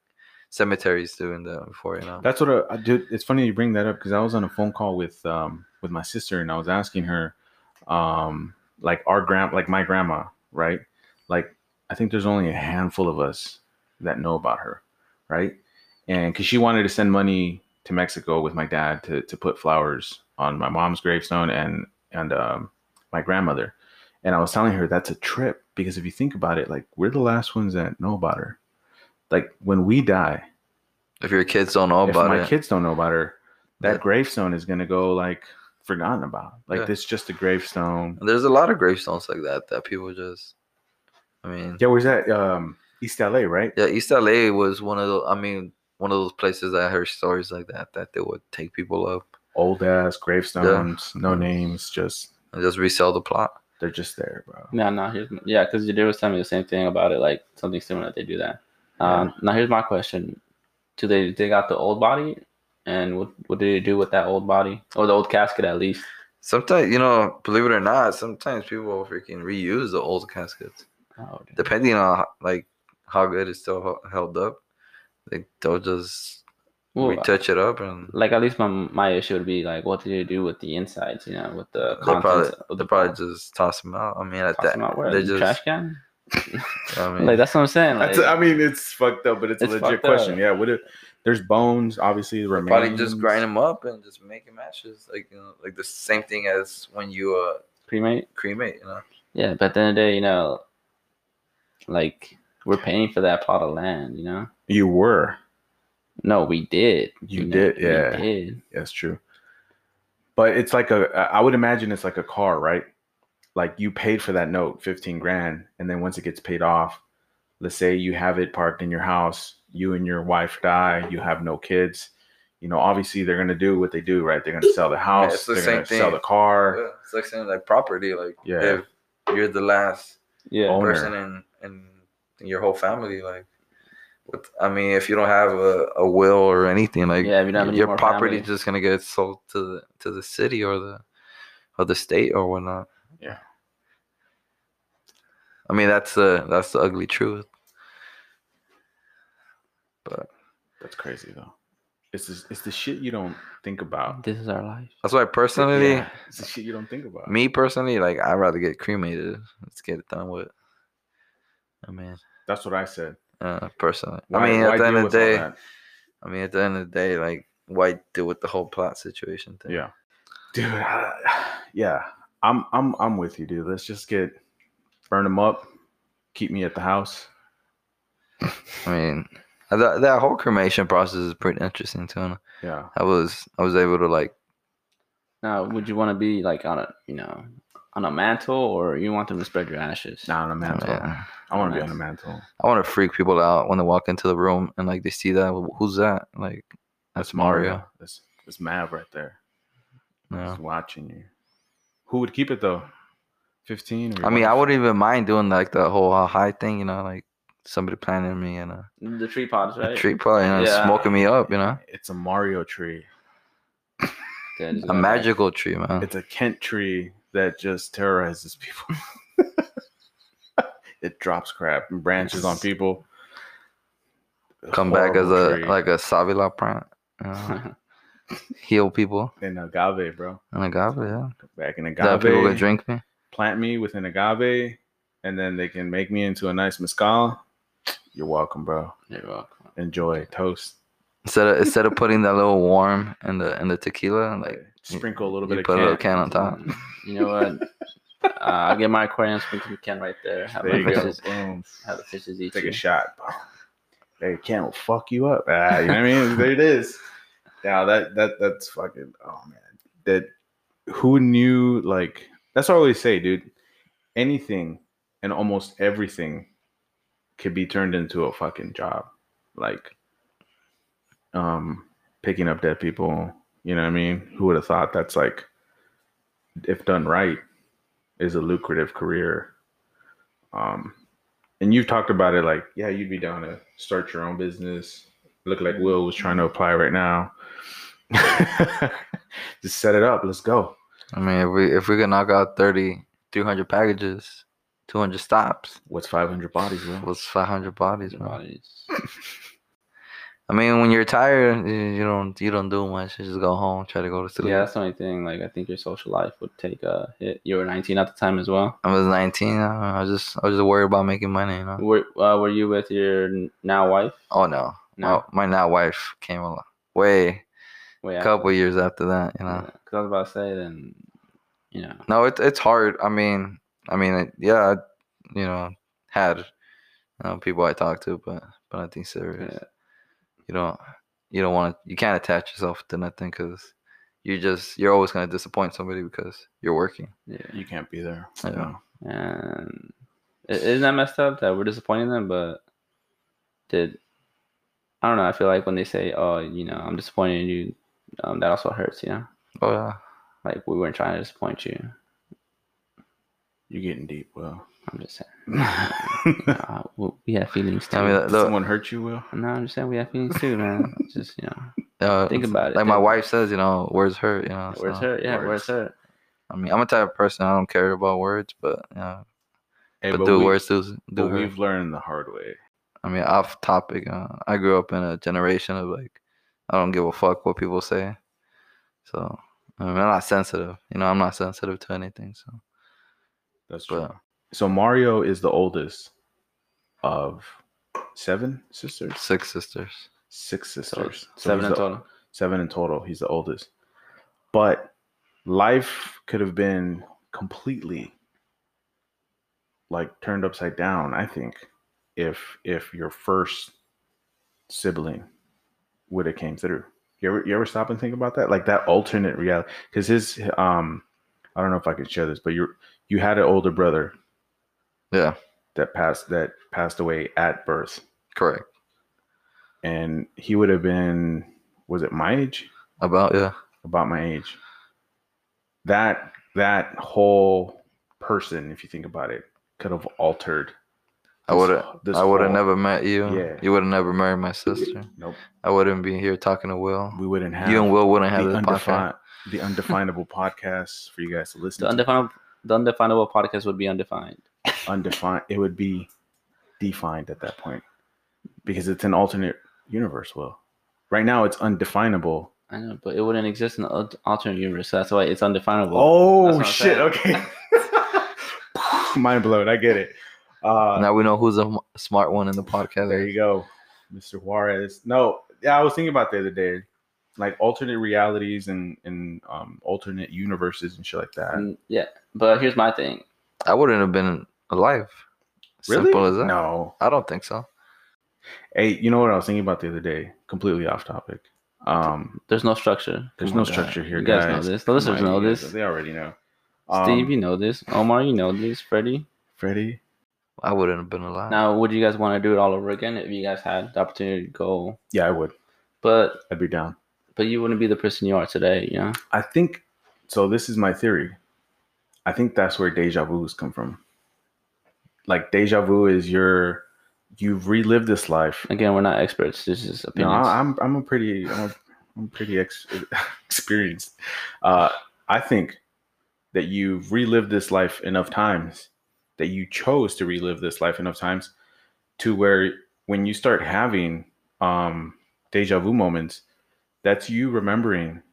cemeteries doing that before, you know. That's what uh, I, I did. It's funny you bring that up because I was on a phone call with um with my sister and I was asking her, um, like our grand, like my grandma, right? Like I think there's only a handful of us that know about her, right? And because she wanted to send money to Mexico with my dad to to put flowers on my mom's gravestone and and um, my grandmother, and I was telling her that's a trip because if you think about it, like we're the last ones that know about her. Like when we die, if your kids don't know if about my it, kids don't know about her, that Yeah. gravestone is gonna go like forgotten about. Like Yeah. this, just a gravestone. there's a lot of gravestones like that that people just. I mean, Yeah, where's that? Um, East LA, right? yeah, East LA was one of the. I mean, one of those places that I heard stories like that that they would take people up Old ass gravestones, no names, just and just resell the plot. they're just there, bro. Now, now here's my- yeah, because Jadir was telling me the same thing about it, like something similar. They do that. Um, Now here's my question: Do they dig out the old body, and what what do they do with that old body or the old casket at least? Sometimes, you know, believe it or not, sometimes people freaking reuse the old caskets. Oh, damn. depending on ho- like how good it's still hel- held up, like they'll just Well, retouch it up and like at least my my issue would be like, what do they do with the insides? You know, with the they'll probably contents. of they'll the probably just toss them out. I mean, at toss that them out where? they In the trash just can. I mean, Like that's what I'm saying. Like, That's, I mean, it's fucked up, but it's, It's a legit fucked up. question. Yeah, what if there's bones? Obviously, the remains. probably just grind them up and just make them ashes, like you know, like the same thing as when you uh cremate. cremate. You know, Yeah, but at the end of the day, you know, like we're paying for that plot of land. You know, You were. no, we did. You know, did, we yeah. did. That's true. But it's like a, I would imagine it's like a car, right? Like you paid for that note, 15 grand. And then once it gets paid off, let's say you have it parked in your house, you and your wife die, you have no kids. You know, obviously they're going to do what they do, right? They're going to sell the house, it's the they're same going to sell thing. the car. yeah, it's like saying like property. Like Yeah. if you're the last Yeah. Owner. person in in your whole family, like. What, I mean, if you don't have a, a will or anything, like yeah, if you don't have any your more property family. just gonna get sold to the to the city or the or the state or whatnot. Yeah. I mean that's the that's the ugly truth. But That's crazy, though. It's, the- it's the shit you don't think about. This is our life. that's why personally, Yeah, it's the shit you don't think about. me personally, like I'd rather get cremated. Let's get it done with. I mean, That's what I said. uh, personally, Why- I mean, why at the deal end of with the all day, that? I mean, at the end of the day, like, why deal with the whole plot situation thing? yeah, dude, I- yeah, I'm, I'm, I'm with you, dude. Let's just get burn them up, keep me at the house. I mean, that that whole cremation process is pretty interesting too. Yeah, I was I was able to like, Now, would you want to be like on a you know on a mantle, or you want them to spread your ashes? nah, on a mantle. man, I want to be Nice. on a mantle. I want to freak people out when they walk into the room and like they see that "Wh- who's that? Like, that's Mario. That's that's Mav right there. Yeah. He's watching you. Who would keep it though? Fifteen. or I mean, your I wife? wouldn't even mind doing like the whole uh, high thing, you know, like somebody planting me and a, The tree pods, a right? tree plant, you know, Yeah. smoking me up, you know, It's a Mario tree. Yeah, just a go back. magical tree, man. It's a Kent tree that just terrorizes people. it drops crap and branches on people. Come back as Horrible a tree. like a savila plant, you know, heal people an agave, bro. and agave, yeah. Come back in That people can agave. drink me. Plant me with an agave, and then they can make me into a nice mezcal. You're welcome, bro. You're welcome. Enjoy toast. Instead of instead of putting that little warm in the in the tequila, like Sprinkle a little you bit of put a little Kent. can on top. Mm, You know what? uh, I'll get my aquarium sprinkling can right there. Have There the you go. fishes, Boom. have the fishes eat Take you. a shot, bro. Hey, Kent will fuck you up. Ah, you know what I mean? There it is. Now that that that's fucking oh man. That who knew like that's what I always say, dude. Anything and almost everything could be turned into a fucking job. Like um picking up dead people, you know what I mean? Who would have thought that's like if done right is a lucrative career. Um and you've talked about it like yeah you'd be down to start your own business look like will was trying to apply right now just set it up let's go I mean, if we if we can knock out 30, 300 packages, two hundred stops, what's 500 bodies will what's five hundred bodies, man? Bodies. I mean, when you're tired, you you don't you don't do much. You just go home, try to go to sleep. Yeah, that's the only thing. Like, I think your social life would take a hit. You were 19 at the time as well. I was 19. I, don't know, I was just I was just worried about making money. You Uh-huh. know? Were, uh, were you with your n- now wife? Oh no, No. My, my now wife came along way Wait, a couple years after that. You know. uh-huh. Because I was about to say, then, you know, No, it, it's hard. I mean, I mean, it, yeah, I, you know, had you know, people I talked to, but but I think serious. Yeah. You don't you don't want to you can't attach yourself to nothing because you just you're always gonna disappoint somebody because you're working. yeah. you can't be there I know. No. And i- isn't that messed up that we're disappointing them? But did I don't know. I feel like when they say, "Oh, you know, I'm disappointed in you," um, that also hurts. You know, Oh yeah, like we weren't trying to disappoint you. you're getting deep will I'm just saying, you someone know, we- we have feelings too. I mean, the, the, hurt you will no, I'm just saying we have feelings too, man. just you know, uh, think about it. like my dude. wife says, you know, words hurt. You know, Where's so- her? Yeah, words. where's her? I mean, I'm a type of person I don't care about words, but you know, hey, but, do we, words do but do hurt. we've learned the hard way I mean, off topic. Uh, I grew up in a generation of like, I don't give a fuck what people say. So I mean, I'm not sensitive. You know, I'm not sensitive to anything. So that's true but so mario is the oldest of seven sisters six sisters. six So sisters So seven he's in the- total. seven in total. He's the oldest. But life could have been completely like turned upside down, I think, if if your first sibling would have came through. You ever you ever stop and think about that? Like that alternate reality. Because his um I don't know if I can share this, but you you had an older brother Yeah, that passed that passed away at birth. correct. And he would have been was it my age? About yeah, about my age. That that whole person, if you think about it, could have altered. I this- would this I would have whole- never met you. Yeah. You would have never married my sister. Nope, I wouldn't be here talking to Will. we wouldn't have. You and Will wouldn't have the, this podcast. undefi- the undefinable podcast for you guys to listen The to. undefinable, the undefinable podcast would be undefined. Undefined. It would be defined at that point because it's an alternate universe. Will right now it's undefinable. I know, but it wouldn't exist in the al- alternate universe. So that's why it's undefinable. Oh that's what I'm shit! saying. Okay. Mind blown. I get it. Uh, now we know who's a m- smart one in the podcast. There you go, Mr. Juarez. No, yeah, I was thinking about the other day, like alternate realities and and um, alternate universes and shit like that. And Mm, yeah, but here's my thing. I wouldn't have been alive. Really? Simple as that. No. I don't think so. Hey, you know what I was thinking about the other day? Completely off topic. Um, There's no structure. there's Come no on, guys. structure here, Oh You guys. guys know this. The listeners Come know on, you this. guys- They already know. Um, Steve, you know this. Omar, you know this. Freddie. Freddie. I wouldn't have been Uh, alive. Now, would you guys want to do it all over again if you guys had the opportunity to go? Yeah, I would. But I'd be down. but you wouldn't be the person you are today. You know. I think so. This is my theory. I think that's where deja vu's come from. Like deja vu is your you've relived this life. Again, we're not experts. This is No, opinions. I- I'm I'm a pretty I'm, a, I'm pretty ex- experienced. Uh, I think that you've relived this life enough times that you chose to relive this life enough times to where when you start having um, deja vu moments, that's you remembering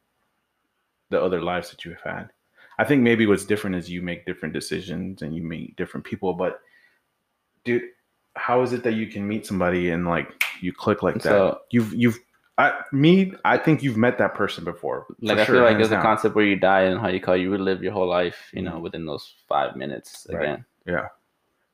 the other lives that you have had. I think maybe what's different is you make different decisions and you meet different people, but dude, how is it that you can meet somebody and like you click like that? So- you've you've I me, I think you've met that person before. for like I sure, feel like hands there's a down. Mm-hmm. concept where you die and how you call you relive your whole life. You know, within those five minutes. Right. Again,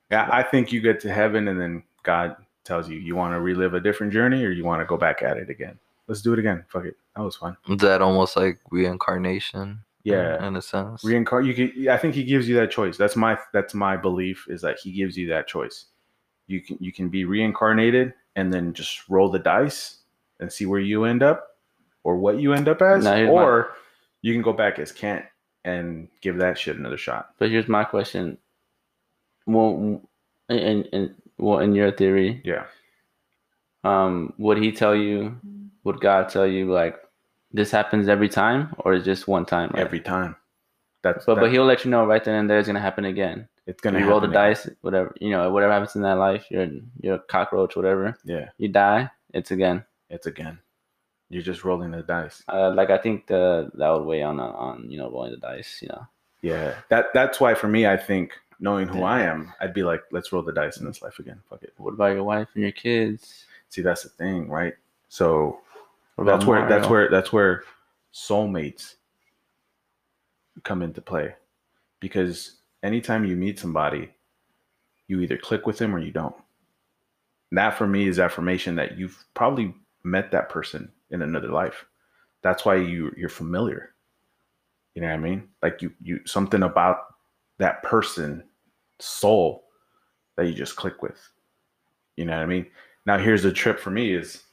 Yeah, I think you get to heaven and then God tells you, you want to relive a different journey or you want to go back at it again? Let's do it again. Fuck it. That was fun. Is that almost like reincarnation? Yeah. In a sense. Reincarn you can, I think he gives you that choice. That's my that's my belief is that he gives you that choice. You can you can be reincarnated and then just roll the dice and see where you end up or what you end up as Now, here's my- or you can go back as Kent and give that shit another shot. but here's my question. Well, in in well, in your theory, Yeah. um, would he tell you? Would God tell you like this happens every time, or is just one time? right? Every time. That's But that- but he'll let you know right then and there it's gonna happen again. it's gonna you roll the happen again. dice, whatever you know, whatever happens in that life, you're you're a cockroach, whatever. Yeah. You die, it's again. it's again. You're just rolling the dice. Uh, like I think the that would weigh on on you know rolling the dice, you know. Yeah, that that's why for me, I think knowing who Yeah. I am, I'd be like, let's roll the dice in this life again. Fuck it. What about your wife and your kids? See, that's the thing, right? So What about that's where that's Mario? where that's where soulmates come into play, because anytime you meet somebody, you either click with them or you don't. And that for me is affirmation that you've probably met that person in another life. That's why you you're familiar. You know what I mean? Like you you something about that person soul that you just click with. You know what I mean? Now here's the trip for me is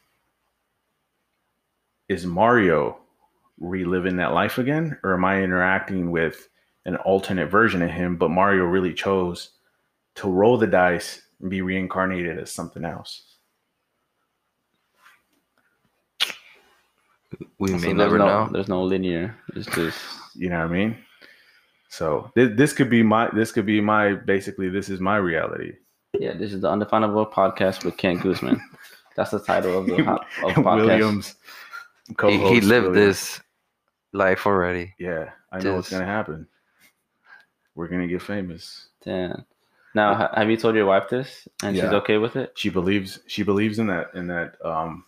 is Mario reliving that life again or am I interacting with an alternate version of him but Mario really chose to roll the dice and be reincarnated as something else. We may So there's never no, know. There's no linear. It's just You know what I mean? So thi- this could be my this could be my basically this is my reality. yeah. This is the undefinable podcast with Kent Guzman. That's the title of the ho- of podcast. Williams He, co-host he lived Williams. this life already. Yeah, I know what's This. gonna happen. We're gonna get famous. Damn. Now, ha- have you told your wife this, and she's Yeah. okay with it? She believes she believes in that in that. Um,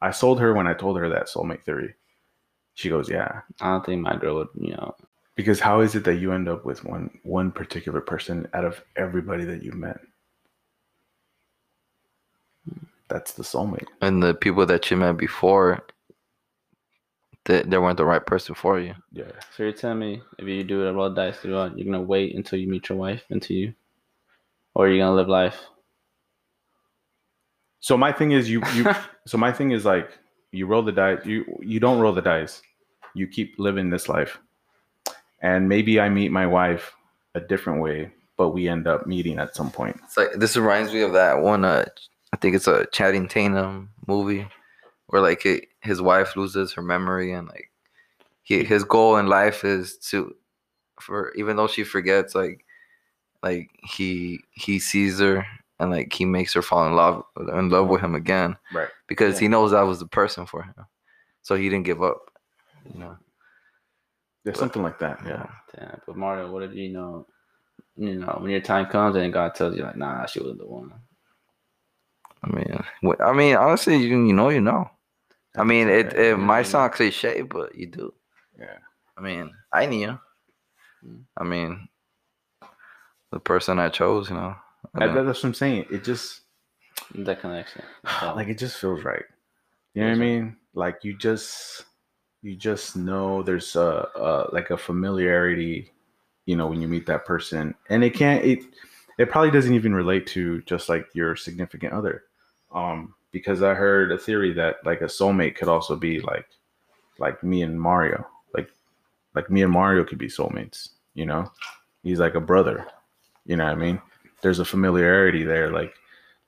I sold her when I told her that soulmate theory. She goes, yeah, I don't think my girl would, you know, because how is it that you end up with one one particular person out of everybody that you've met? That's the soulmate. And the people that you met before, they, they weren't the right person for you. Yeah. So you're telling me if you do a roll of dice throughout, you're gonna wait until you meet your wife, until you, or you're gonna live life. So my thing is you you so my thing is like you roll the dice you you don't roll the dice. You keep living this life. And maybe I meet my wife a different way, but we end up meeting at some point. It's like this reminds me of that one. Uh, I think it's a Channing Tatum movie where like it, his wife loses her memory and like he, his goal in life is to for even though she forgets like like he he sees her and like he makes her fall in love in love with him again Right. because Yeah. he knows that was the person for him so he didn't give up you know There's something like that. Yeah. Damn, but Mario, what if you know you know, when your time comes and God tells you like, nah, she wasn't the one. I mean, wh- I mean, honestly, you, you know, you know. I mean, it, okay. it might sound cliche, but you do. Yeah. Mm-hmm. I mean, I knew. Mm. I mean, the person I chose, you know. I That- didn't- that's what I'm saying. It just that connection. like it just feels right. You know what I Oh. Feels right. mean? Like you just you just know there's a, a like a familiarity, you know, when you meet that person, and it can't it it probably doesn't even relate to just like your significant other, um, because I heard a theory that like a soulmate could also be like like me and Mario, like like me and Mario could be soulmates. You know, he's like a brother. You know what I mean? There's a familiarity there, like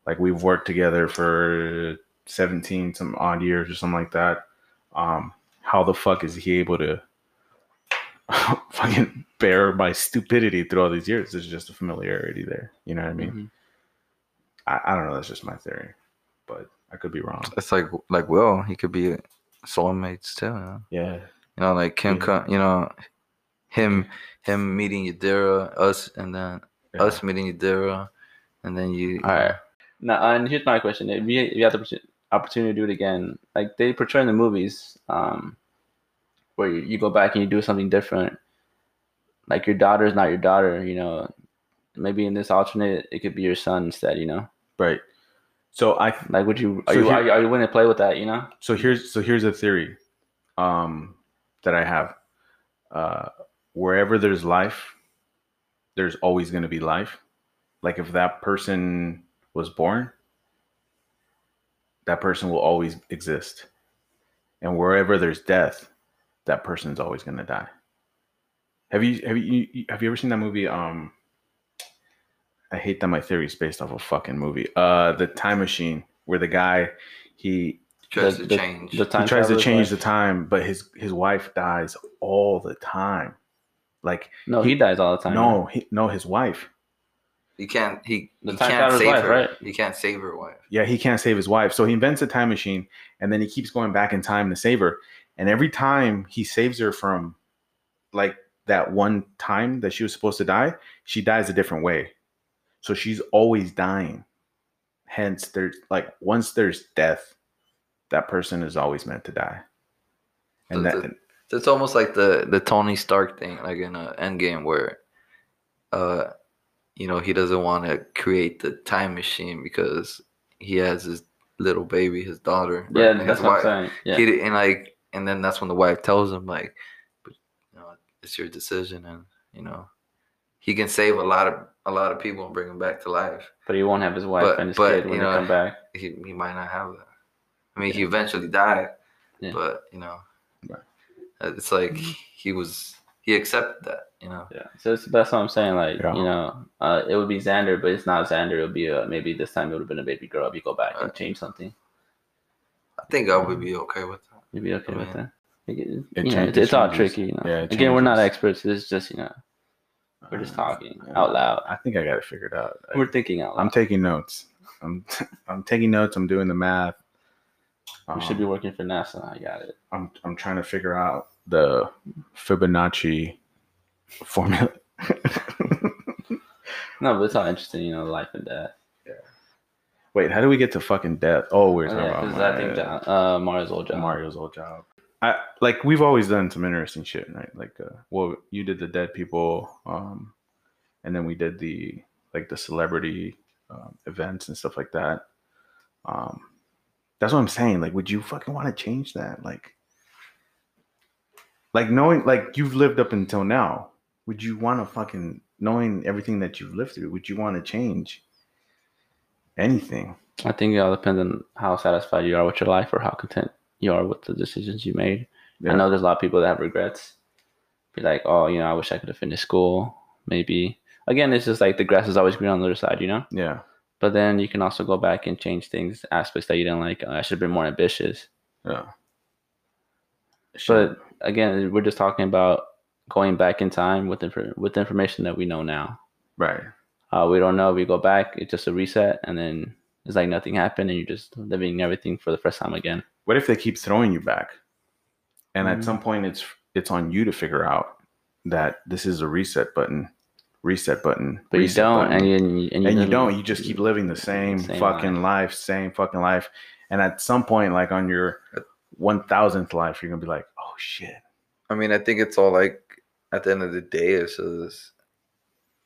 like we've worked together for 17 some odd years or something like that um how the fuck is he able to fucking bear my stupidity through all these years there's just a familiarity there you know what i mean Mhm. I, I don't know that's just my theory but i could be wrong It's like like Will, he could be soulmates too. You know, yeah you know like him, Yeah. co- you know, him him meeting Yadira, us, and then yeah. us meeting Yadira, and then you. All right. Now, and here's my question: If you, if you had the opportu- opportunity to do it again, like they portray in the movies, um, where you, you go back and you do something different, like your daughter's not your daughter, you know. Maybe in this alternate, it could be your son instead, you know. right so i Like, would you are So you here- are you, are you willing to play with that, you know? so here's so here's a theory um that i have uh wherever there's life there's always going to be life like if that person was born that person will always exist and wherever there's death that person's always going to die have you have you you- have you ever seen that movie um i hate that my theory is based off a fucking movie uh the time machine where the guy he tries The- to the- change. the time he tries to traveler's change the life? time, but his his wife dies all the time. Like No, he dies all the time. no, he, no, his wife. you can't. He, The he time can't traveler's save wife, her. right? You can't save her wife. Yeah, he can't save his wife, so he invents a time machine, and then he keeps going back in time to save her. And every time he saves her from, like that one time that she was supposed to die, she dies a different way. So she's always dying. Hence, there's like once there's death, that person is always meant to die. And That's that So it's almost like the the Tony Stark thing, like in a Endgame, where, uh, you know, he doesn't want to create the time machine because he has his little baby, his daughter. Yeah, and that's his what wife. I'm saying. Yeah. He di- and like, and then that's when the wife tells him like, but you know, it's your decision, and you know, he can save a lot of a lot of people and bring them back to life. but he won't have his wife But- and his but, kid when you they know, come back. He he might not have that. I mean, he eventually died, Yeah. but you know, Right. uh, it's like he was he accepted that, you know. Yeah, so it's, that's what I'm saying. Like, Yeah. you know, uh, it would be Xander, but it's not Xander. It'll be uh maybe this time it would have been a baby girl. If you go back and Uh, Right. change something, I think I would be okay with that. you'd be okay with Yeah. that. Like, It It, you know, changes, it's, it's all changes. tricky. You know, Yeah, it again, we're not changes. Uh, experts. It's just you know, we're just talking Yeah. out loud. I think I got it figured out. I- We're thinking out loud. I'm taking notes. I'm I'm taking notes. I'm doing the math. Um, we should be uh-huh. working for NASA. I got it. I'm I'm trying to figure out the Fibonacci formula. No, but it's all interesting. You know, life and death. Wait, how do we get to fucking death? Oh, we we're talking Yeah, about because I think Mario- that, uh, Mario's old job. Mario's old job. I like we've always done some interesting shit, right? Like, uh, well, you did the dead people, um, and then we did the like the celebrity um, events and stuff like that. Um, that's what I'm saying. Like, would you fucking want to change that? Like, like knowing like you've lived up until now, would you want to fucking knowing everything that you've lived through? Would you want to change anything? I think it all depends on how satisfied you are with your life or how content you are with the decisions you made. Yeah. I know there's a lot of people that have regrets. Be like, oh, you know, I wish I could have finished school. Maybe again, it's just like the grass is always green on the other side, you know. Yeah, But then you can also go back and change things, aspects that you didn't like. "Oh, I should have been more ambitious. yeah. But again, we're just talking about going back in time with infor- with information that we know now. right. Uh, we don't know. We go back. It's just a reset, and then it's like nothing happened, and you're just living everything for the first time again. what if they keep throwing you back and Mm. at some point it's it's on you to figure out that this is a reset button reset button. But you reset don't, button. and you and you, and you live- don't. You just keep living the same, Same fucking life. same fucking life. And at some point, like on your one thousandth life, you're gonna be like, "Oh shit!" I mean, I think it's all like at the end of the day, it's just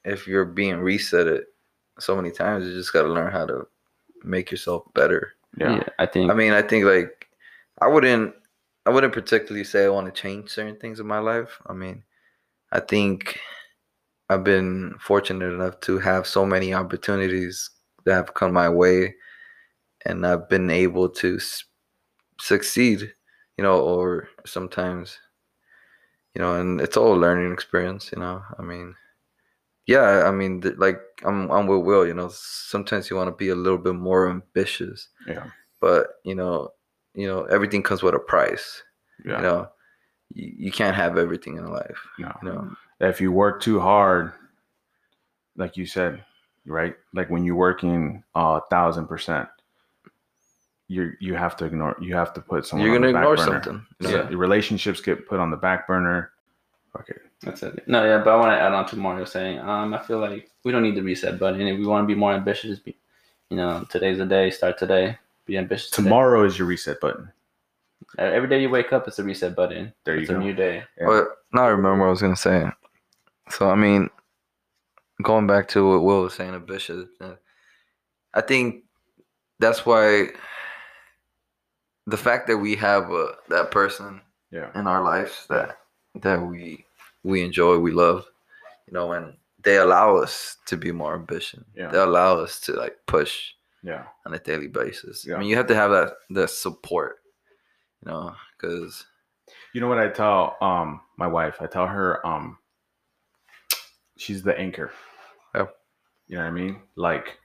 if you're being reset it so many times, you just got to learn how to make yourself better. Yeah. Yeah, I think. I mean, I think like I wouldn't, I wouldn't particularly say I want to change certain things in my life. I mean, I think I've been fortunate enough to have so many opportunities that have come my way, and I've been able to s- succeed, you know, or sometimes, you know, and it's all a learning experience, you know. I mean, yeah, I mean, th- like I'm, I'm with Will, you know. Sometimes you want to be a little bit more ambitious but you know you know everything comes with a price yeah. you know you, you can't have everything in life No. you know If you work too hard, like you said, right? Like when you're working a thousand percent, you you have to ignore. You have to put someone. you're on the gonna back ignore burner. something you So know? Yeah. Your relationships get put on the back burner. Okay. That's it. No, yeah, but I want to add on to Mario saying, um, I feel like we don't need the reset button. And if we want to be more ambitious, be, you know, today's the day. Start today. Be ambitious. today. Tomorrow is your reset button. Uh, Every day you wake up, it's a reset button. There you it's go. a new day. Yeah. but now i remember what i was gonna say so i mean going back to what will was saying ambitious uh, i think that's why the fact that we have uh, that person Yeah. in our lives that that we we enjoy, we love, you know, and they allow us to be more ambitious. Yeah. They allow us to like push Yeah. on a daily basis. Yeah. I mean, you have to have that that support, you know, because You know what I tell um my wife? I tell her um she's the anchor. Yeah. You know what I mean? Like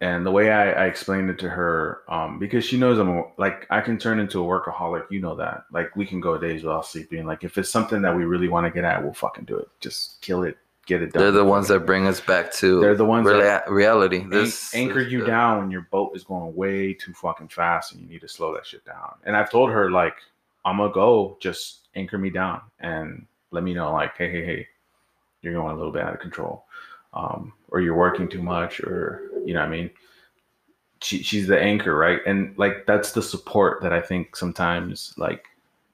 and the way I, I explained it to her, um, because she knows I'm a- like I can turn into a workaholic, you know that. Like we can go days without sleeping. Like if it's something that we really want to get at, we'll fucking do it. Just kill it, get it done. they're the ones that bring us back to they're the ones rela- that reality. an- This anchor this- you uh, down when your boat is going way too fucking fast and you need to slow that shit down. And I've told her like I'm gonna go, just anchor me down and let me know like hey hey hey, you're going a little bit out of control, um, or you're working too much, or you know what I mean. She, she's the anchor, right? And like that's the support that I think sometimes like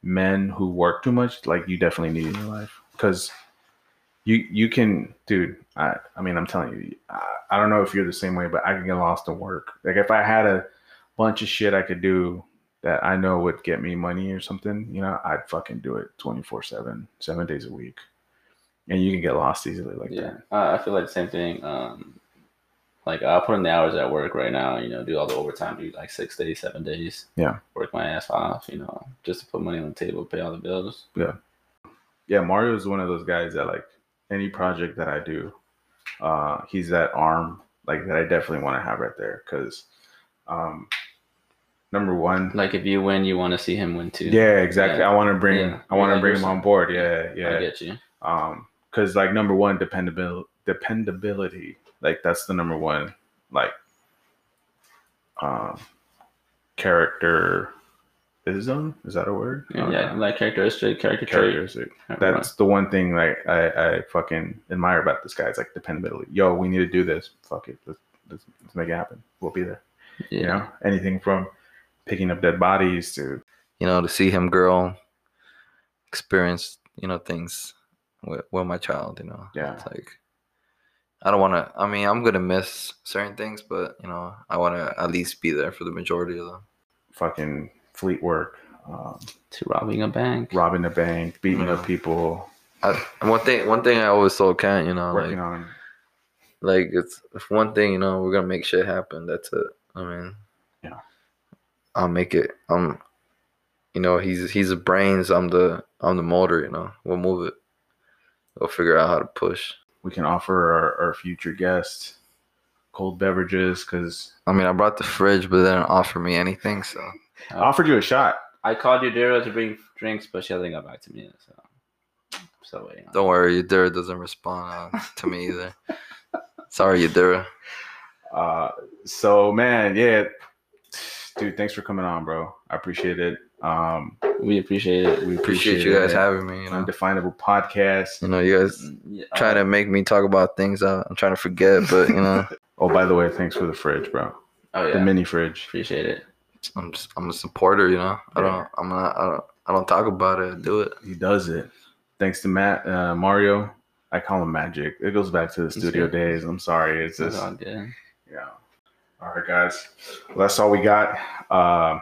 men who work too much, like you definitely need in your life because you you can dude i i mean i'm telling you I, I don't know if you're the same way but i can get lost in work like if i had a bunch of shit i could do that i know would get me money or something you know i'd fucking do it 24 7 7 days a week and you can get lost easily like yeah, uh, I feel like the same thing. Um, like I'll put in the hours at work right now. You know, do all the overtime, do like six days, seven days. Yeah. work my ass off. You know, just to put money on the table, pay all the bills. yeah, Mario is one of those guys that like any project that I do, uh, he's that arm like that I definitely want to have right there because, um, number one, Like if you win, you want to see him win too. yeah, exactly. Yeah. I want to bring, Yeah. I want Yeah, to bring you're him so- on board. Yeah, yeah. I get you. Um, because like number one, dependability, dependability, like that's the number one, like, um, character, is is that a word? I don't Yeah, know. like characteristic, character trait. characteristic Everyone. Oh, that's the one thing like I, I fucking admire about this guy. It's like dependability. Yo, we need to do this. Fuck it. Let's, let's, let's make it happen. We'll be there. yeah. You know, anything from picking up dead bodies to you know, to see him grow, experience, you know, things with, with my child, you know. Yeah. It's like, I don't want to, I mean, I'm going to miss certain things, but, you know, I want to at least be there for the majority of them. fucking fleet work, um, to robbing a bank. robbing a bank, beating Yeah. up people, I, and one thing, one thing I always told Kent, you know, working like, on. like it's if one thing, you know, we're gonna make shit happen. That's it. I mean, Yeah. I'll make it. I'm, you know, he's he's the brains. I'm the I'm the motor. You know, we'll move it. We'll figure out how to push. We can offer our, our future guests cold beverages because I mean, I brought the fridge, but they didn't offer me anything. So I offered you a shot. I called Yudira to bring drinks, but she hasn't got back to me. So, so waiting. on- don't worry, Yadira doesn't respond uh, to me either. Sorry, Yadira. Uh, so man, yeah, dude, thanks for coming on, bro. I appreciate it. Um, We appreciate it. we appreciate, Appreciate you guys it. having me. You know, Undefinable podcast. you know, you guys Yeah, try to make me talk about things that I'm trying to forget, but you know, Oh, by the way, thanks for the fridge, bro. Oh The yeah. mini fridge. Appreciate it. I'm just I'm a supporter. You know, I don't I'm not I don't I don't talk about it. I do it. He does it. Thanks to Matt uh, Mario. I call him Magic. It goes back to the studio good. days. I'm sorry. It's It's just all good. Yeah. All right, guys. Well, that's all we got. Uh,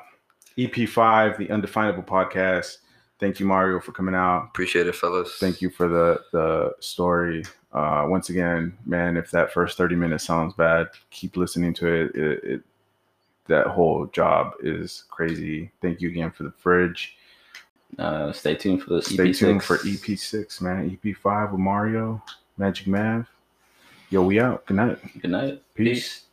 EP5, the Undefinable Podcast. Thank you, Mario, for coming out. Appreciate it, fellas. Thank you for the the story. Uh, once again, man, if that first thirty minutes sounds bad, keep listening to it. It, it. That whole job is crazy. Thank you again for the fridge. Uh, stay tuned for the Stay EP6. tuned for E EP6, man. EP5 with Mario, Magic Mav. Yo, we out. Good night. Good night. Peace. Peace.